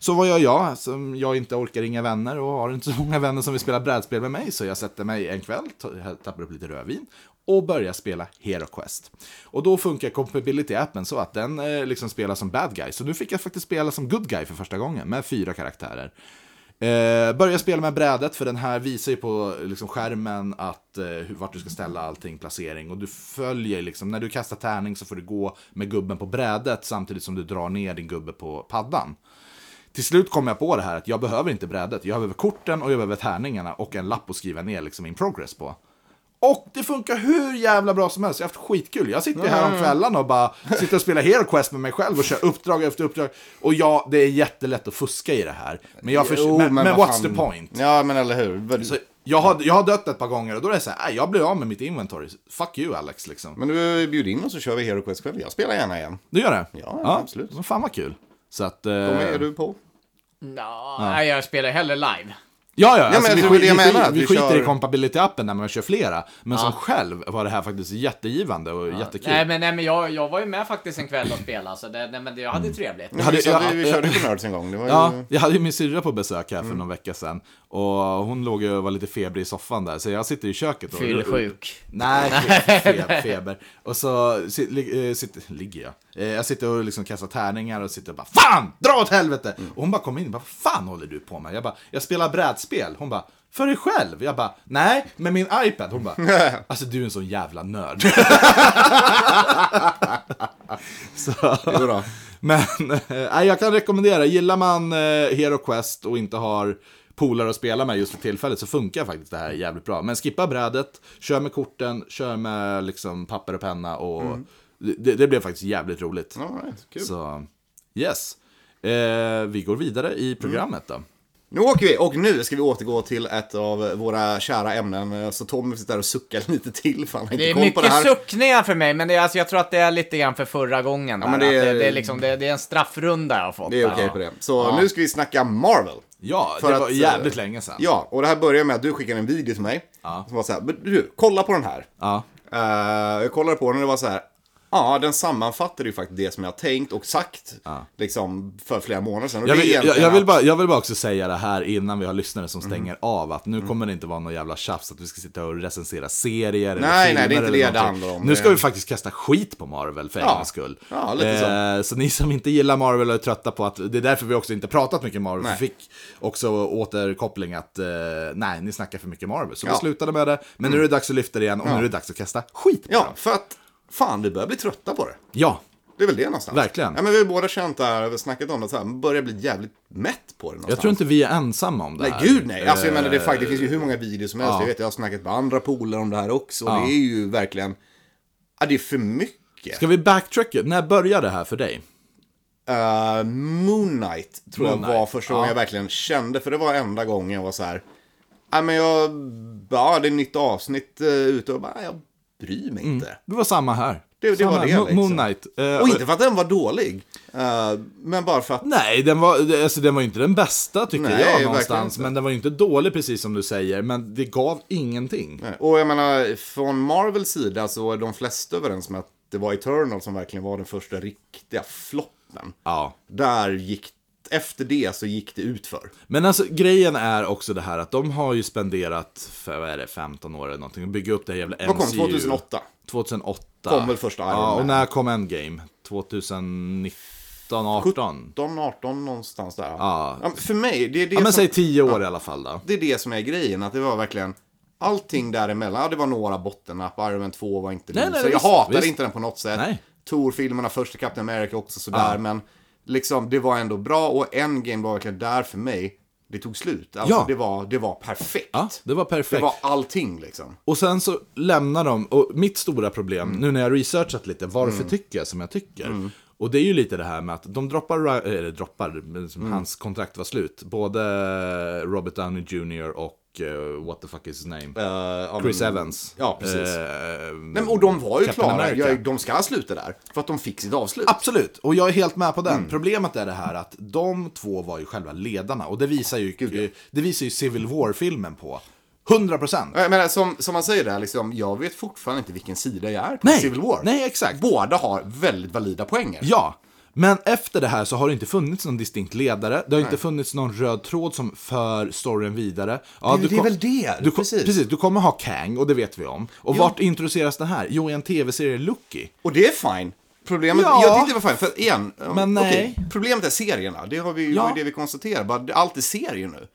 Så vad gör jag? Som jag inte orkar ringa vänner och har inte så många vänner som vill spela brädspel med mig. Så jag sätter mig en kväll, ta- tappar upp lite rödvin och börjar spela Hero Quest. Och då funkar compatibility-appen så att den eh, liksom spelar som bad guy. Så nu fick jag faktiskt spela som good guy för första gången med fyra karaktärer. Eh, börja spela med brädet, för den här visar ju på liksom, skärmen att, eh, hur- vart du ska ställa allting, placering. Och du följer, liksom, när du kastar tärning så får du gå med gubben på brädet samtidigt som du drar ner din gubbe på paddan. Till slut kom jag på det här att jag behöver inte brädet. Jag behöver korten och jag behöver tärningarna och en lapp att skriva ner liksom in progress på. Och det funkar hur jävla bra som helst. Jag har haft skitkul. Jag sitter ju här
Mm.
om kvällarna och bara sitter och spelar Hero Quest med mig själv och kör uppdrag efter uppdrag. Och ja, det är jättelätt att fuska i det här. Men, jag förs- men, men,
vad
what's
fan.
the point?
Ja, men eller hur. Vad-
Så jag, har, jag har dött ett par gånger och då är det så här, "Äh, jag blir av med mitt inventory. Fuck you Alex liksom.
Men du bjuder in oss så kör vi Hero Quest själv. Jag spelar gärna igen.
Du gör det?
Ja, absolut.
Men fan vad kul. Så att... eh,
Tommy, är du på?
Nå, nej, jag spelar hellre live.
Ja, ja, alltså,
men
vi,
det är väl
skit,
det jag menar, att
vi,
vi
skiter
kör-
i compatibility-appen när man kör flera. Men som själv var det här faktiskt jättegivande och jättekul.
Nej men, nej, men jag, jag var ju med faktiskt en kväll och spelade, så det, nej, men det, jag hade trevligt.
Vi,
Hade-
körde,
ja,
vi Mm. körde ju på Nerds en gång. Det var ju...
Ja, jag hade ju min syrra på besök här för någon vecka sedan. Och hon låg ju och var lite febrig i soffan där, så jag sitter i köket och...
Fyllsjuk.
*laughs* Nej, fe- fe- feber. Och så si- li- eh, sitter, ligger jag. Eh, Jag sitter och liksom kastar tärningar och sitter och bara Fan! Dra åt helvete! Och hon bara kom in och bara Vad fan håller du på med? Jag bara Jag spelar brädspel. Hon bara För dig själv? Jag bara Nej, med min iPad. Hon bara *laughs* Alltså du är en sån jävla nörd. så.
Jo då.
Men *laughs* nej, jag kan rekommendera, gillar man eh, Hero Quest och inte har polare att spela med just för tillfället så funkar faktiskt det här jävligt bra. Men skippa brädet, kör med korten, kör med liksom papper och penna och det, det blev faktiskt jävligt roligt.
Mm. All right, kul.
Så yes, eh, vi går vidare i
Mm.
programmet då.
Nu åker vi och nu ska vi återgå till ett av våra kära ämnen. Så Tommy sitter där och suckar lite till för han har
Det
inte
är
koll på det
mycket
här.
suckningar för mig, men det är, alltså, jag tror att det är lite grann för förra gången. där,
men det
att
är-
det, det, är liksom, det, det är en straffrunda jag har fått.
Det är okej
där.
på det. Så nu ska vi snacka Marvel.
Ja,
För
det
att,
var
eh,
jävligt länge sedan.
Ja, och det här börjar med att du skickade en video till mig. Som var så här, "Men du, kolla på den här.
Ja.
Eh, jag kollade på den och det var så här, ja, den sammanfattar ju faktiskt det som jag tänkt och sagt. Liksom för flera månader sedan. Och
Jag
det är
vill, jag,
egentligen
jag, vill
att-
bara, jag vill bara också säga det här innan vi har lyssnare som stänger av att nu kommer det inte vara någon jävla tjafs att vi ska sitta och recensera serier eller
Nej, nej,
filmer
det är inte det
eller
det
någonting.
handlar om.
Nu
Det-
ska vi faktiskt kasta skit på Marvel för en
Ja.
gångs skull.
Ja, lite så.
Eh, så ni som inte gillar Marvel och är trötta på att, det är därför vi också inte pratat mycket Marvel,
Nej.
vi fick också återkoppling att eh, nej, ni snackar för mycket Marvel. Så
Ja.
vi slutade med det, men nu är det dags att lyfta det igen och nu är det dags att kasta skit på
Ja,
dem.
för att fan, vi börjar bli trötta på det.
Ja,
Det är väl det någonstans.
Verkligen.
Ja, men vi har båda känt det här, vi har snackat om det så här, man börjar bli jävligt mätt på det någonstans.
jag tror inte vi är ensamma om det
Nej,
här. Eh,
gud nej. Alltså, jag menar, det, är faktiskt, det finns ju hur många videos som helst. Jag, vet, jag har snackat med andra polare om det här också. Och Det är ju verkligen... Ja, det är för mycket.
Ska vi backtracka? När började det här för dig?
Eh, Moon Knight tror
Moon
jag var
Knight,
första gången jag verkligen kände. För det var enda gången jag var så här. Nej, men jag... Ja, det är ett nytt avsnitt uh, ute och bara, jag bryr mig inte.
Det var samma här.
Det- det
samma.
var det,
Mo- Moon
liksom.
Knight. Eh,
Och inte för att den var dålig. eh, men bara för att...
Nej, den var, alltså, den var ju inte den bästa tycker
Nej,
jag
verkligen
någonstans.
inte.
Men den var ju inte dålig precis som du säger. Men det gav ingenting.
Nej, Och jag menar, från Marvels sida så är de flesta överens med att det var Eternal som verkligen var den första riktiga floppen mitten.
Ja.
Där gick, efter det så gick det ut för.
Men alltså grejen är också det här att de har ju spenderat, för, vad är det, 15 år eller någonting, att bygga upp det här jävla MCU.
Vad kom 2008?
2008.
Kom väl första Iron
Ja, och
Man.
när kom Endgame? 2019, 18?
17, 18 någonstans där.
Ja.
men för mig, det är det,
Ja, men
som,
säg 10 år i alla fall då.
det är det som är grejen. Att det var verkligen allting däremellan. Ja, det var några bottennapp. Iron Man 2 var inte
Nej,
nej,
nej,
så Jag
visst,
hatade
visst.
inte den på något sätt.
Nej.
Thor-filmerna, första Captain America också sådär.
Ja.
Men liksom, det var ändå bra. Och Endgame var verkligen där för mig. Det tog slut. Alltså,
Ja.
det, var, det var perfekt.
Ja, det var
Det
perfekt.
var allting liksom.
Och sen så lämnar de, och mitt stora problem,
Mm.
nu när jag researchat lite, varför tycker jag som jag tycker? Och det är ju lite det här med att de droppar, Ra- eller droppar, men
Mm.
som hans kontrakt var slut. Både Robert Downey Jr och eh, what the fuck is his name? Chris Evans.
ja, precis.
Eh,
Nej, men, och de var ju
Captain
klara.
America. Ah.
Ja, de ska sluta där. För att de fick sitt avslut.
Absolut, och jag är helt med på den.
Mm.
Problemet är det här att de två var ju själva ledarna och det visar ju, det visar ju Civil War-filmen på. 100 procent.
Jag menar, som, som man säger där, liksom, jag vet fortfarande inte vilken sida jag är på
Nej,
Civil War.
nej, exakt.
Båda har väldigt valida poänger.
Ja, men efter det här så har det inte funnits någon distinkt ledare. Det har inte funnits någon röd tråd som för storyn vidare. Ja,
Det- det är
kom-
väl det,
Du, kom-
precis.
precis. Du kommer ha Kang och det vet vi om. Och vart introduceras det här? Jo, i en tv-serie Lucky.
Och det är fine. Problemet,
Ja.
jag tyckte det var fine, för igen, ja,
Men nej.
okej. problemet är serierna. Det har vi ju,
Ja.
det, är det vi konstaterar, bara, det- allt är serier nu.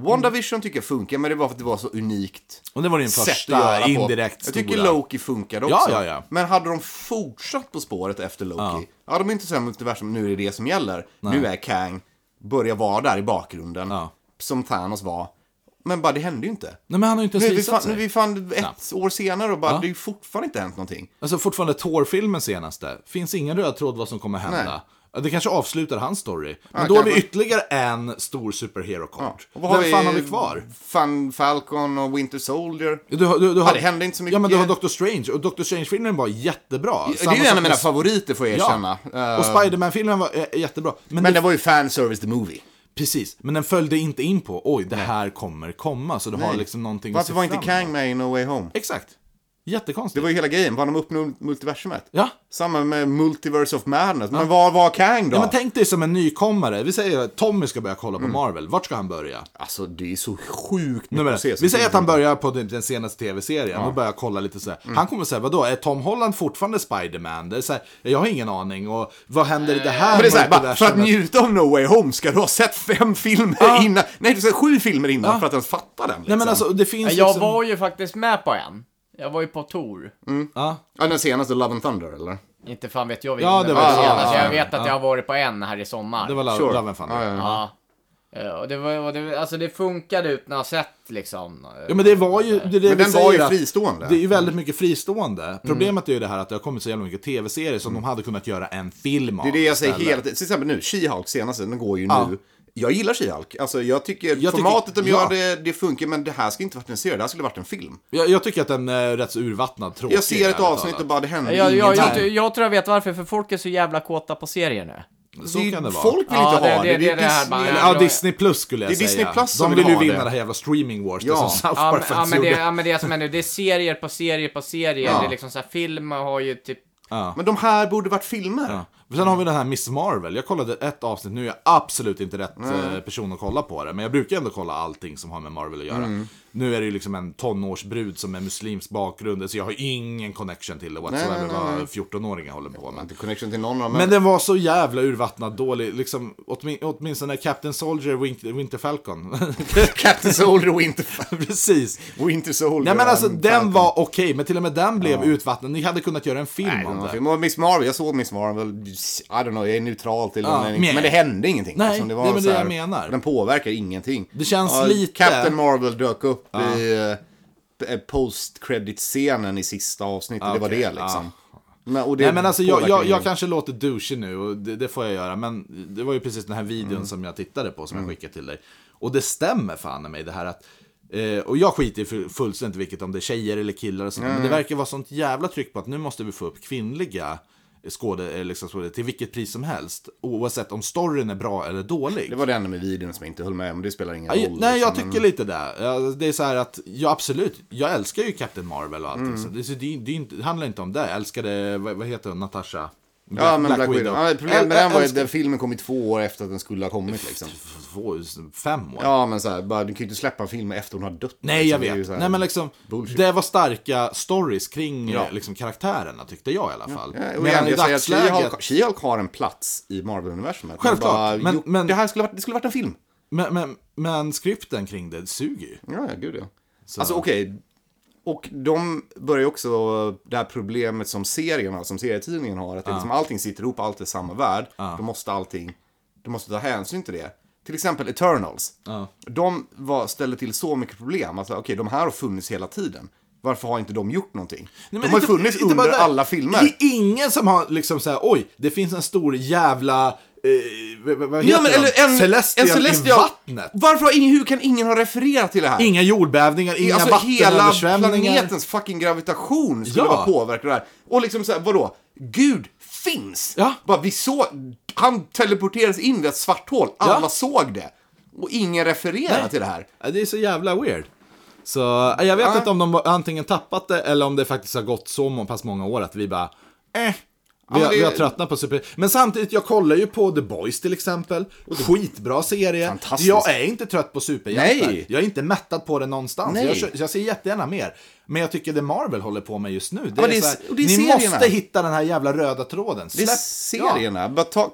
WandaVision tycker jag funkar, men det var för att det var så unikt.
Och det var din
sätt
första
att göra på.
indirekt
Jag tycker
stora.
Loki funkade också.
Ja, ja, ja.
Men hade de fortsatt på spåret efter Loki, ja, de är inte så här multiversum, nu är det det som gäller. Nu är Kang, börjar vara där i bakgrunden,
Ja.
som Thanos var. Men bara, det hände ju inte.
Nej, men han har ju inte
Nu är
ens
vi
visat
fan, nu är
sig.
vi fan ett år senare och bara,
Ja.
det är ju fortfarande inte hänt någonting.
Alltså fortfarande Thor-filmen senaste. Finns ingen röd tråd vad som kommer hända. Det kanske avslutar hans story. Men
Ja,
då har vi
kanske.
ytterligare en stor superhero-kort.
Och
Vem fan har vi kvar?
Fan Falcon och Winter Soldier.
Du, har- du, du har,
det hände inte så mycket.
Ja, men du har Doctor Strange. Och Doctor Strange-filmen var jättebra.
Det är ju en av mina favoriter får jag
Ja.
erkänna. Eh,
Och Spider-Man-filmen var eh, jättebra. Men,
men
det,
det var ju fanservice the movie.
precis, men den följde inte in på oj, det här kommer komma. Så du har liksom någonting
Varför var inte
fram
Kang
emot.
med i No Way Home?
Exakt.
Det
Jättekonstigt.
var ju hela grejen, var de uppnår multiversumet?
Ja.
Samma med Multiverse of Madness. Men var var Kang då?
Ja, men tänk dig som en nykommare. Vi säger att Tommy ska börja kolla på
Mm.
Marvel. Vart ska han börja?
alltså det är så sjukt
Nu
mycket
menar
att se. Mm.
jag, Vi säger att han börjar på den den senaste tv-serien och börjar kolla lite så här. Han kommer säga, vadå, är Tom Holland fortfarande Spider-Man? Det är så här, jag har ingen aning och vad händer i det här
Men det är så här, bara, för att
multiversumet?
njuta av No Way Home ska du ha sett fem filmer innan. Nej, du ska sju filmer innan för att ens fatta den.
Nej
Liksom.
men alltså, det finns
Jag
liksom...
var ju faktiskt med på en. Jag var ju på Tor.
ja, den senaste Love and Thunder, eller?
Inte fan vet jag vilken.
Ja, det var det.
senast.
Ja,
Jag vet att jag har varit på en här i sommar.
Det var Love,
Sure.
Love and Thunder.
Ja, ja, ja.
Ja. Eh, Och det var, och det, alltså det funkade utan att ha sett liksom. eh,
Ja men det var ju... Det, är det
Men
vi
den var ju
säger att
fristående.
Det är ju väldigt mycket
Mm.
fristående. Problemet är ju det här att det har kommit så jävla mycket tv-serier som de hade kunnat göra en film av.
Det är det jag säger
istället.
hela tiden. Till exempel nu, She-Hulk senaste, den går ju
Ja.
nu. Jag gillar She-Hulk. Alltså jag tycker
Jag tycker-
formatet de
ja.
gör det, det funkar, men det här ska inte varit en serie, det här skulle varit en film.
Jag, jag tycker att den är rätt så urvattnad, tråkig.
Jag ser ett
ärligt
avsnitt
talat.
och bara, det händer
Jag, jag,
ingenting.
jag, jag tror jag vet varför, för folk är så jävla kåta på serier nu.
Så kan det vara.
Folk vill inte
Ja,
ha det.
det- det- det är det här
Disney-
bara-
Eller,
Ja, Disney Plus skulle jag
Det är
säga.
Disney Plus som
de
vill
vill ju
ha
vinna det.
det.
här jävla Streaming Wars, det
Ja.
som South
Ja,
Park
men, ja,
faktiskt
men det,
gjorde.
ja, men det är som är nu, det är serier på serier på serier.
Ja.
Det är liksom så här, film har ju typ...
Men de här borde varit filmer.
Ja. Sen har vi den här Miss Marvel. Jag kollade ett avsnitt, nu är jag absolut inte rätt eh, person att kolla på det. Men jag brukar ändå kolla allting som har med Marvel att göra.
Mm.
Nu är det ju liksom en tonårsbrud som är muslims bakgrund, så jag har ingen connection till det whatsoever vad 14-åringar håller på med.
Inte connection till någon av dem.
Men den var så jävla urvattnad dålig, liksom, åtmin- åtminstone Captain Soldier Win- Winter Falcon. *laughs*
*laughs* Captain Soldier och Winter,
Precis.
Winter Soldier.
Nej men alltså
um,
den
Falcon.
var okej, men till och med den blev utvattnad. Ni hade kunnat göra en film
Nej, det
om
var en
det.
film. Och Miss Marvel, jag såg Miss Marvel, I don't know, jag är neutral till
Ja,
den.
men-
Men det hände ingenting.
Nej,
liksom.
det är väl
så
det
här-
jag menar.
Den påverkar ingenting.
Det känns lite-
Captain Marvel dök upp i eh, post-credit-scenen i sista avsnittet, det var
okej,
det liksom. Men, och det
Nej men alltså jag,
påverkar
jag, jag
ingen-
kanske låter douchey nu, och det, det får jag göra. Men det var ju precis den här videon
Mm.
som jag tittade på, som jag skickade till dig. Och det stämmer fan i mig det här att Eh, och jag skiter ju fu- fullständigt vilket om det är tjejer eller killar och sånt. Men
Mm.
det verkar vara sånt jävla tryck på att nu måste vi få upp kvinnliga skådespelare liksom, skåde- till vilket pris som helst. Oavsett om storyn är bra eller dålig.
Det var det enda med videon som jag inte höll med om, det spelar ingen
Nej,
roll.
nej, jag
liksom, men-
tycker lite det. Ja, Det är så här att, ja absolut, jag
Mm.
liksom. älskar ju Captain Marvel och allting. Så det, så det, det, är inte- det handlar inte om det. Jag älskade, vad, vad heter hon, Natasha?
Ja, men Black,
Black
Widow.
Widow.
Ja, problemet med
Äl-
den var ju att
älskar-
den filmen kom i två år efter att den skulle ha kommit liksom.
Två, fem år.
Ja, men så här, bara, du kan ju inte släppa en film efter hon har dött.
Nej,
liksom.
jag
Det är ju
vet.
så här-
Nej, men liksom,
bullshit.
det var starka stories kring
Ja.
eh, liksom, karaktärerna, tyckte jag i alla fall.
Ja, Eh, och igen,
Medan i
jag säger att
dagsläget...
She-Hulk- She-Hulk har en plats i Marvel-universumet. Men
Självklart,
bara,
men-
jo,
men-
Det här skulle ha varit, det skulle ha varit en film.
Men, men, men skripten kring det suger ju.
Ja, ja, gud ja. Alltså okej. Och de börjar ju också det här problemet som serien har, som serietidningen har. Att det liksom, allting sitter ihop, allt är samma värld. Då måste allting, du måste ta hänsyn till det. Till exempel Eternals. De var, ställde till så mycket problem. Alltså okej, de här har funnits hela tiden. Varför har inte de gjort någonting?
Nej,
de
men
har ju
inte-
funnits
inte bara
under
där.
alla filmer.
Det är ingen som har liksom såhär, oj, det finns en stor jävla, eh, vad- vad vad heter
Ja, men,
de?
eller en,
Celestial,
en Celestial
i vattnet.
Varför har ingen, hur kan ingen ha refererat till det här?
Inga jordbävningar, inga
alltså hela
vattenöversvämningar.
planetens fucking gravitation skulle
Ja.
vara påverkad av det här. Och liksom såhär, vadå? Gud finns!
Ja.
Bara, vi såg, han teleporterades in vid ett svart hål, alla
Ja.
såg det. Och ingen refererar
Nej.
till det här.
Ja, Det är så jävla weird. Så eh, jag vet
Ja.
inte om de antingen tappat det eller om det faktiskt har gått så må- pass många år att vi bara, eh. Vi
men
har, vi
det-
har tröttnat på super... Men samtidigt, jag kollar ju på The Boys till exempel. Skitbra serie.
Fantastiskt.
Jag är inte trött på superhjältar.
Nej.
Jag är inte mättad på det någonstans.
Nej.
Jag, kö- jag ser jättegärna mer. Men jag tycker det Marvel håller på med just nu, det
Ja,
är,
det är-
så här,
och det är
Ni
serierna.
måste hitta den här jävla röda tråden.
Det är
Släpp- Ja.
serierna. Bara ta,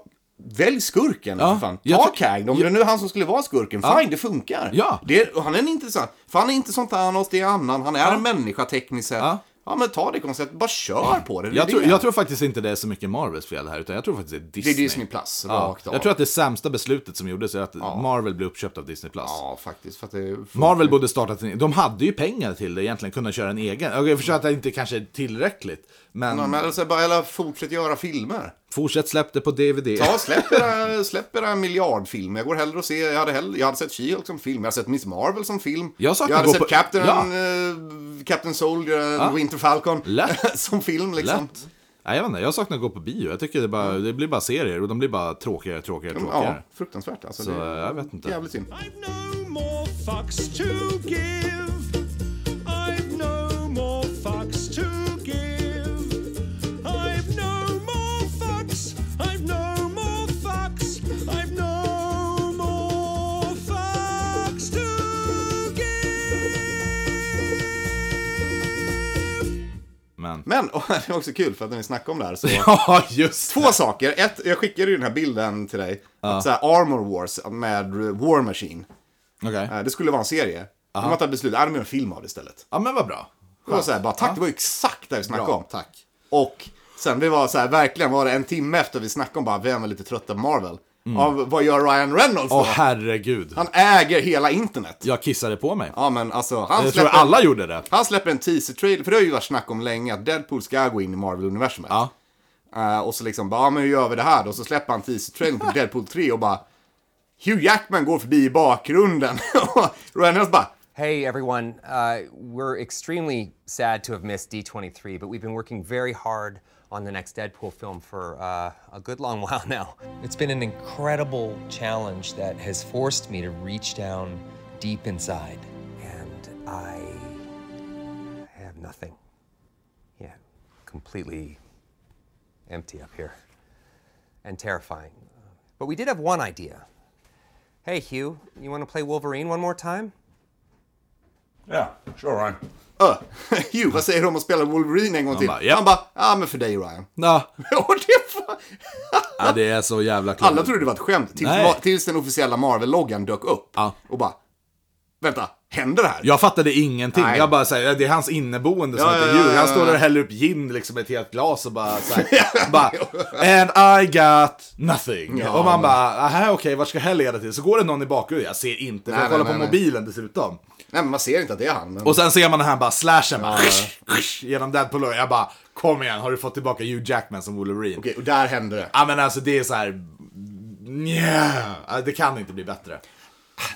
välj skurken
Ja.
för fan.
Jag
Ta
tyck-
Kang, om det nu är han som skulle vara skurken, fine, det funkar.
Ja.
Det är, och han är en intressant, för han är inte som Thanos, det är annan, han är en människa tekniskt sett. Ja.
Ja.
men ta det konceptet, bara kör på det. det är
Jag tror,
det.
jag tror faktiskt inte det är så mycket Marvels fel här, utan jag tror faktiskt det är
det
Disney.
är Disney Plus,
Ja,
rakt av.
jag tror att det sämsta beslutet som gjordes är att Marvel blev uppköpt av Disney+. Plus.
Ja, faktiskt. För att det
Marvel borde startat en, De hade ju pengar till det egentligen, kunna köra en egen. Okej, Jag
Mm.
förstår att det inte kanske är tillräckligt, men
Ja, men alltså, bara, eller fortsätt göra filmer.
fortsätt släpp det på DVD.
Ja, släpp era, släpp era miljardfilmer. Jag går hellre och ser, jag hade, hellre, jag hade sett She-Hulk som film, jag hade sett Miss Marvel som film.
Jag saknar
hade
gå
sett
på-
Captain,
Ja.
eh, Captain Soldier, Winter Falcon *laughs*
Lätt.
som film liksom.
Lätt. Nej, jag vet inte, jag saknar att gå på bio. Jag tycker det, bara, det blir bara serier och de blir bara tråkigare, tråkigare,
Mm. Ja,
tråkigare.
fruktansvärt alltså.
Så eh,
det är
jag vet inte.
jävligt synd.
I've no more fucks to give. I've no more fucks to give. I've no more fucks. I've no more fucks. I've no more fucks to give.
Men...
Men, *laughs* och det var också kul för att när vi snackade om det här så...
*laughs* Ja, just
Två saker. Ett, jag skickade ju den här bilden till dig. Så här, Armor Wars med War Machine.
Okej.
Eh, Det skulle vara en serie. De har tagit beslut, nej, de gör en film av det istället.
Ja, men vad bra.
Det var så här, bara, tack, det var ju exakt det vi snackade
Bra,
om.
tack.
Och sen det var så här, verkligen var det en timme efter vi snackade om bara, vi är väl lite trötta på Marvel. Av, vad gör Ryan Reynolds då?
Mm. Åh, herregud.
han äger hela internet. Ja,
Jag kissade på mig.
men alltså, han
Jag tror
släpper,
alla gjorde det.
han släpper en teaser-trailer, för det har ju varit snack om länge att Deadpool ska gå in i Marvel-universumet.
Ja.
Eh, och så liksom bara, ja, men hur gör vi det här då? Så släpper han teaser-trailern
*laughs*
på Deadpool 3 och bara, Hugh Jackman går förbi i bakgrunden. *laughs* och Ryan Reynolds bara, *laughs*
Hey everyone, uh, we're extremely sad to have missed D23, but we've been working very hard on the next Deadpool film for uh, a good long *laughs* while now. It's been an incredible challenge that has forced me to reach down deep inside, and I have nothing. Yeah, completely empty up here and terrifying. But we did have one idea. Hey, Hugh, you want to play Wolverine one more time?
Yeah, sure, Ryan.
Öh, Hugh, vad säger du om att spela Wolverine en gång till?
bara, ja.
Han bara, ja men för dig Ryan.
Ja,
*laughs* Och det fan...
ja, det är så jävla klart.
Alla trodde det var ett skämt, tills,
Nej.
ma- tills den officiella Marvel-loggan dök upp.
Ja.
Och bara, vänta, händer det här?
Typ. Jag fattade ingenting.
Nej.
Jag bara säger det är hans inneboende som
Ja,
heter
ja,
Hugh.
ja,
Han
ja,
står där
ja.
och häller upp gin liksom ett helt glas och bara
*laughs*
såhär. bara, And I got nothing.
Ja.
Och man bara, aha okej, vart ska det här leda till? Så går det någon i bakgrunden, jag ser inte. För
Nej,
jag kollar
nej,
på
nej,
mobilen dessutom.
Nej men man ser inte att det är han. Men...
Och sen ser man den här bara slashen bara, genom Deadpool. Och jag bara, kom igen, har du fått tillbaka Hugh Jackman som Wolverine?
Okej, och där händer det.
Ja men alltså det är så här. Nja, det kan inte bli bättre.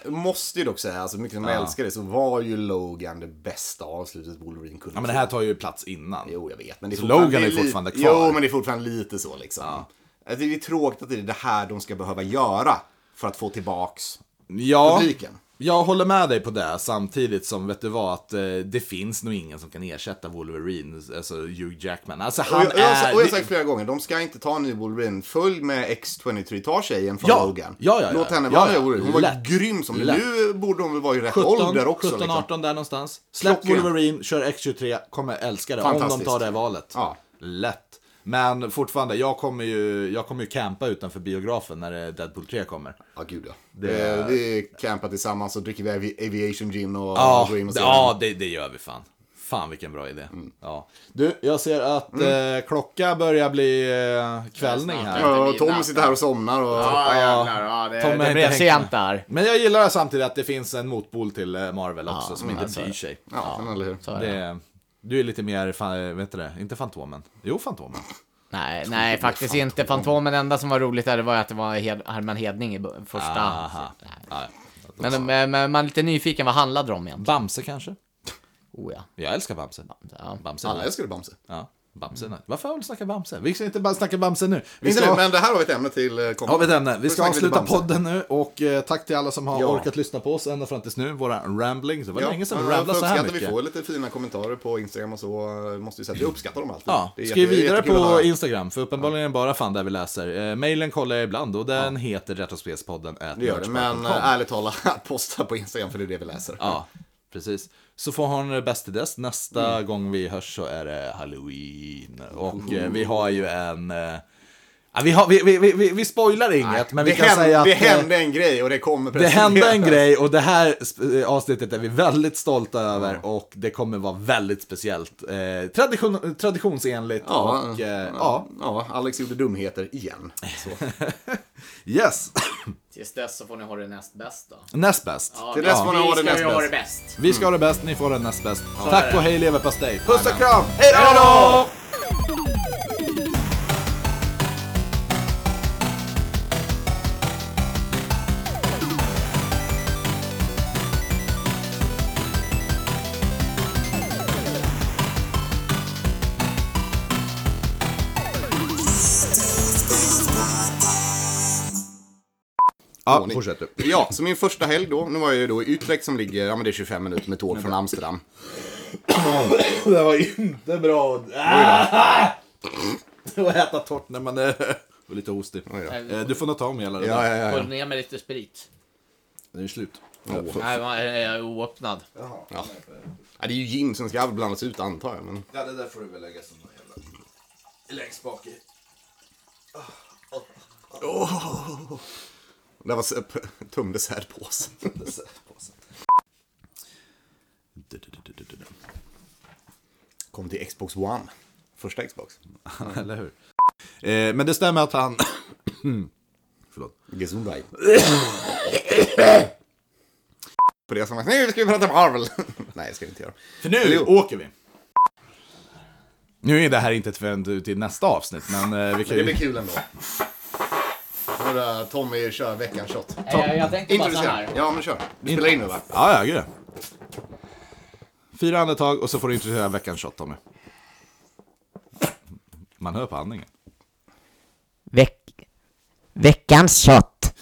Jag måste ju dock säga, alltså mycket som jag älskar det, så var ju Logan det bästa avslutet Wolverine kunde
Ja, men det här tar ju plats innan.
Jo, jag vet. Men det är
Så
fortfarande-
Logan är
det li-
fortfarande kvar.
Jo, men det är fortfarande lite så liksom. Alltså, Det är tråkigt att det är det här de ska behöva göra för att få tillbaks
Ja.
publiken.
Jag håller med dig på det, samtidigt som vet du vad, att eh, det finns nog ingen som kan ersätta Wolverine, alltså Hugh Jackman. Alltså
Och
han
jag, och jag, har sa-
är...
och jag har sagt flera gånger, de ska inte ta en ny Wolverine. Följ med X23, ta tjejen från
Ja.
Logan.
Ja, ja, ja.
Låt henne
Ja,
vara
ja.
nya Wolverine. Hon var
Lätt.
grym som
Lätt.
det. Nu borde hon väl vara i rätt
17,
ålder också.
17
liksom.
18 där någonstans. Släpp
Klockren.
Wolverine, kör X23, kommer älska det om de
Fantastiskt.
tar det valet.
Ja.
Lätt. Men fortfarande, jag kommer, ju, jag kommer ju campa utanför biografen när eh, Deadpool 3 kommer.
Ja, gud ja. Det... Vi campar tillsammans och dricker vi avi- aviation gin och
Ja,
och går in och
det,
ser Mm.
ja det, det gör vi fan. Fan vilken bra idé. Ja. Du, jag ser att eh, klocka börjar bli eh, kvällning
den.
här.
Mm. Ja, och Tom sitter här och somnar och...
Ja, jävlar. Ja, det,
Tom har
det
inte
blev
hängt
sent
med.
där.
Men jag gillar samtidigt att det finns en motpol till eh, Marvel också som inte bryr sig.
alltså, Ja, men eller hur.
Så, ja.
Det, du är lite mer, fan, vet du det, inte Fantomen. Jo, Fantomen.
Nej, nej faktiskt inte. Fantomen, det enda som var roligt där det var att det var Hed Herman Hedning i bu- första.
Aha. Ja, ja.
Men, men, men man är lite nyfiken, vad handlade det om egentligen?
Bamse kanske?
Oh, ja.
Jag älskar Bamse.
Ja.
Bamse.
Alla älskade Bamse.
Ja. Bamse. är nice. Varför har vi snackat Bamse? Vi ska inte bara snacka Bamse nu. Vi
Inte
ska...
nu, men det här har vi ett ämne till. eh, Kom.
Ja, vi nämner. Vi
Får
ska
snacka lite
avsluta
Bamse.
podden nu och eh, tack till alla som har
Ja.
orkat lyssna på oss ända fram tills nu. Våra ramblings. Det var länge sedan vi
jag
ramblade så här
uppskattar
mycket.
Vi får lite fina kommentarer på Instagram och så. eh, Måste ju säga att vi uppskattar dem alltid.
Ja,
Det är
skriv
jätte-
vidare
jättekul att höra.
på Instagram, för uppenbarligen är det bara fan där vi läser. Eh, mailen kollar jag ibland och den heter retrospelspodden
Det gör det, men eh, ärligt talat, *laughs* posta på Instagram för det är det vi läser.
Ja, precis. Så får hon det bäst till dess. Nästa
Mm.
gång vi hörs så är det halloween. Och eh, vi har ju en... eh, Ja, vi, har, vi, vi, vi- vi, vi spoilar inget, men vi
det,
kan
hände,
säga att...
det
eh,
hände en grej och det kommer
Det
presenteras. *laughs*
hände en grej och det här sp- eh, avsnittet är vi väldigt stolta över och det kommer vara väldigt speciellt. Eh, tradition, traditionsenligt
Ja,
och eh,
ja.
ja.
ja, Alex gjorde dumheter igen. Så.
Yes,
Tills dess så får ni ha det näst bäst då.
näst bäst.
Till dess får ni ha det
Vi
näst
ska ju ha
bäst.
det bäst.
Vi ska ha det bäst, ni får det näst bäst. Tack och hej leverpastej. Puss och kram!
Hej då!
Ja,
Ordning.
fortsätt du.
Ja, så min första helg då, nu var jag ju då i Utrecht som ligger, ja men det är 25 minuter med tåg från Amsterdam.
Det var inte bra *laughs* att äta torrt när man är lite hostig. Eh, Du får nog ta om hela det
Ja,
där.
ja, ja.
Håll ner med lite sprit.
Det är ju slut.
Nej, man är oöppnad.
ja. ja det är ju gin som ska blandas ut antar jag. Men...
Ja, det där får du väl lägga som någon jävla... Längst bak i.
Det var så- *laughs* p- tumdessertpåsen. Kom till Xbox One. Första Xbox.
*laughs* Eller hur? Eh, men det stämmer att han... Förlåt.
Gesundheit. På det som var, nu ska vi prata Marvel. *laughs* Nej, det ska vi inte göra.
*clears throat* För nu åker vi! Nu är det här inte ett vänd till nästa avsnitt, men eh, vi kan
Det blir
ju...
kul ändå. Hörru, Tommy kör veckans shot.
Jag, Eh, jag tänkte bara så
Introducera.
här.
Ja, men kör. Du spelar in nu va?
Ja, ja, gud Fyra andetag och så får du introducera veckans shot, Tommy. Man hör på andningen.
Veck... Veckans shot.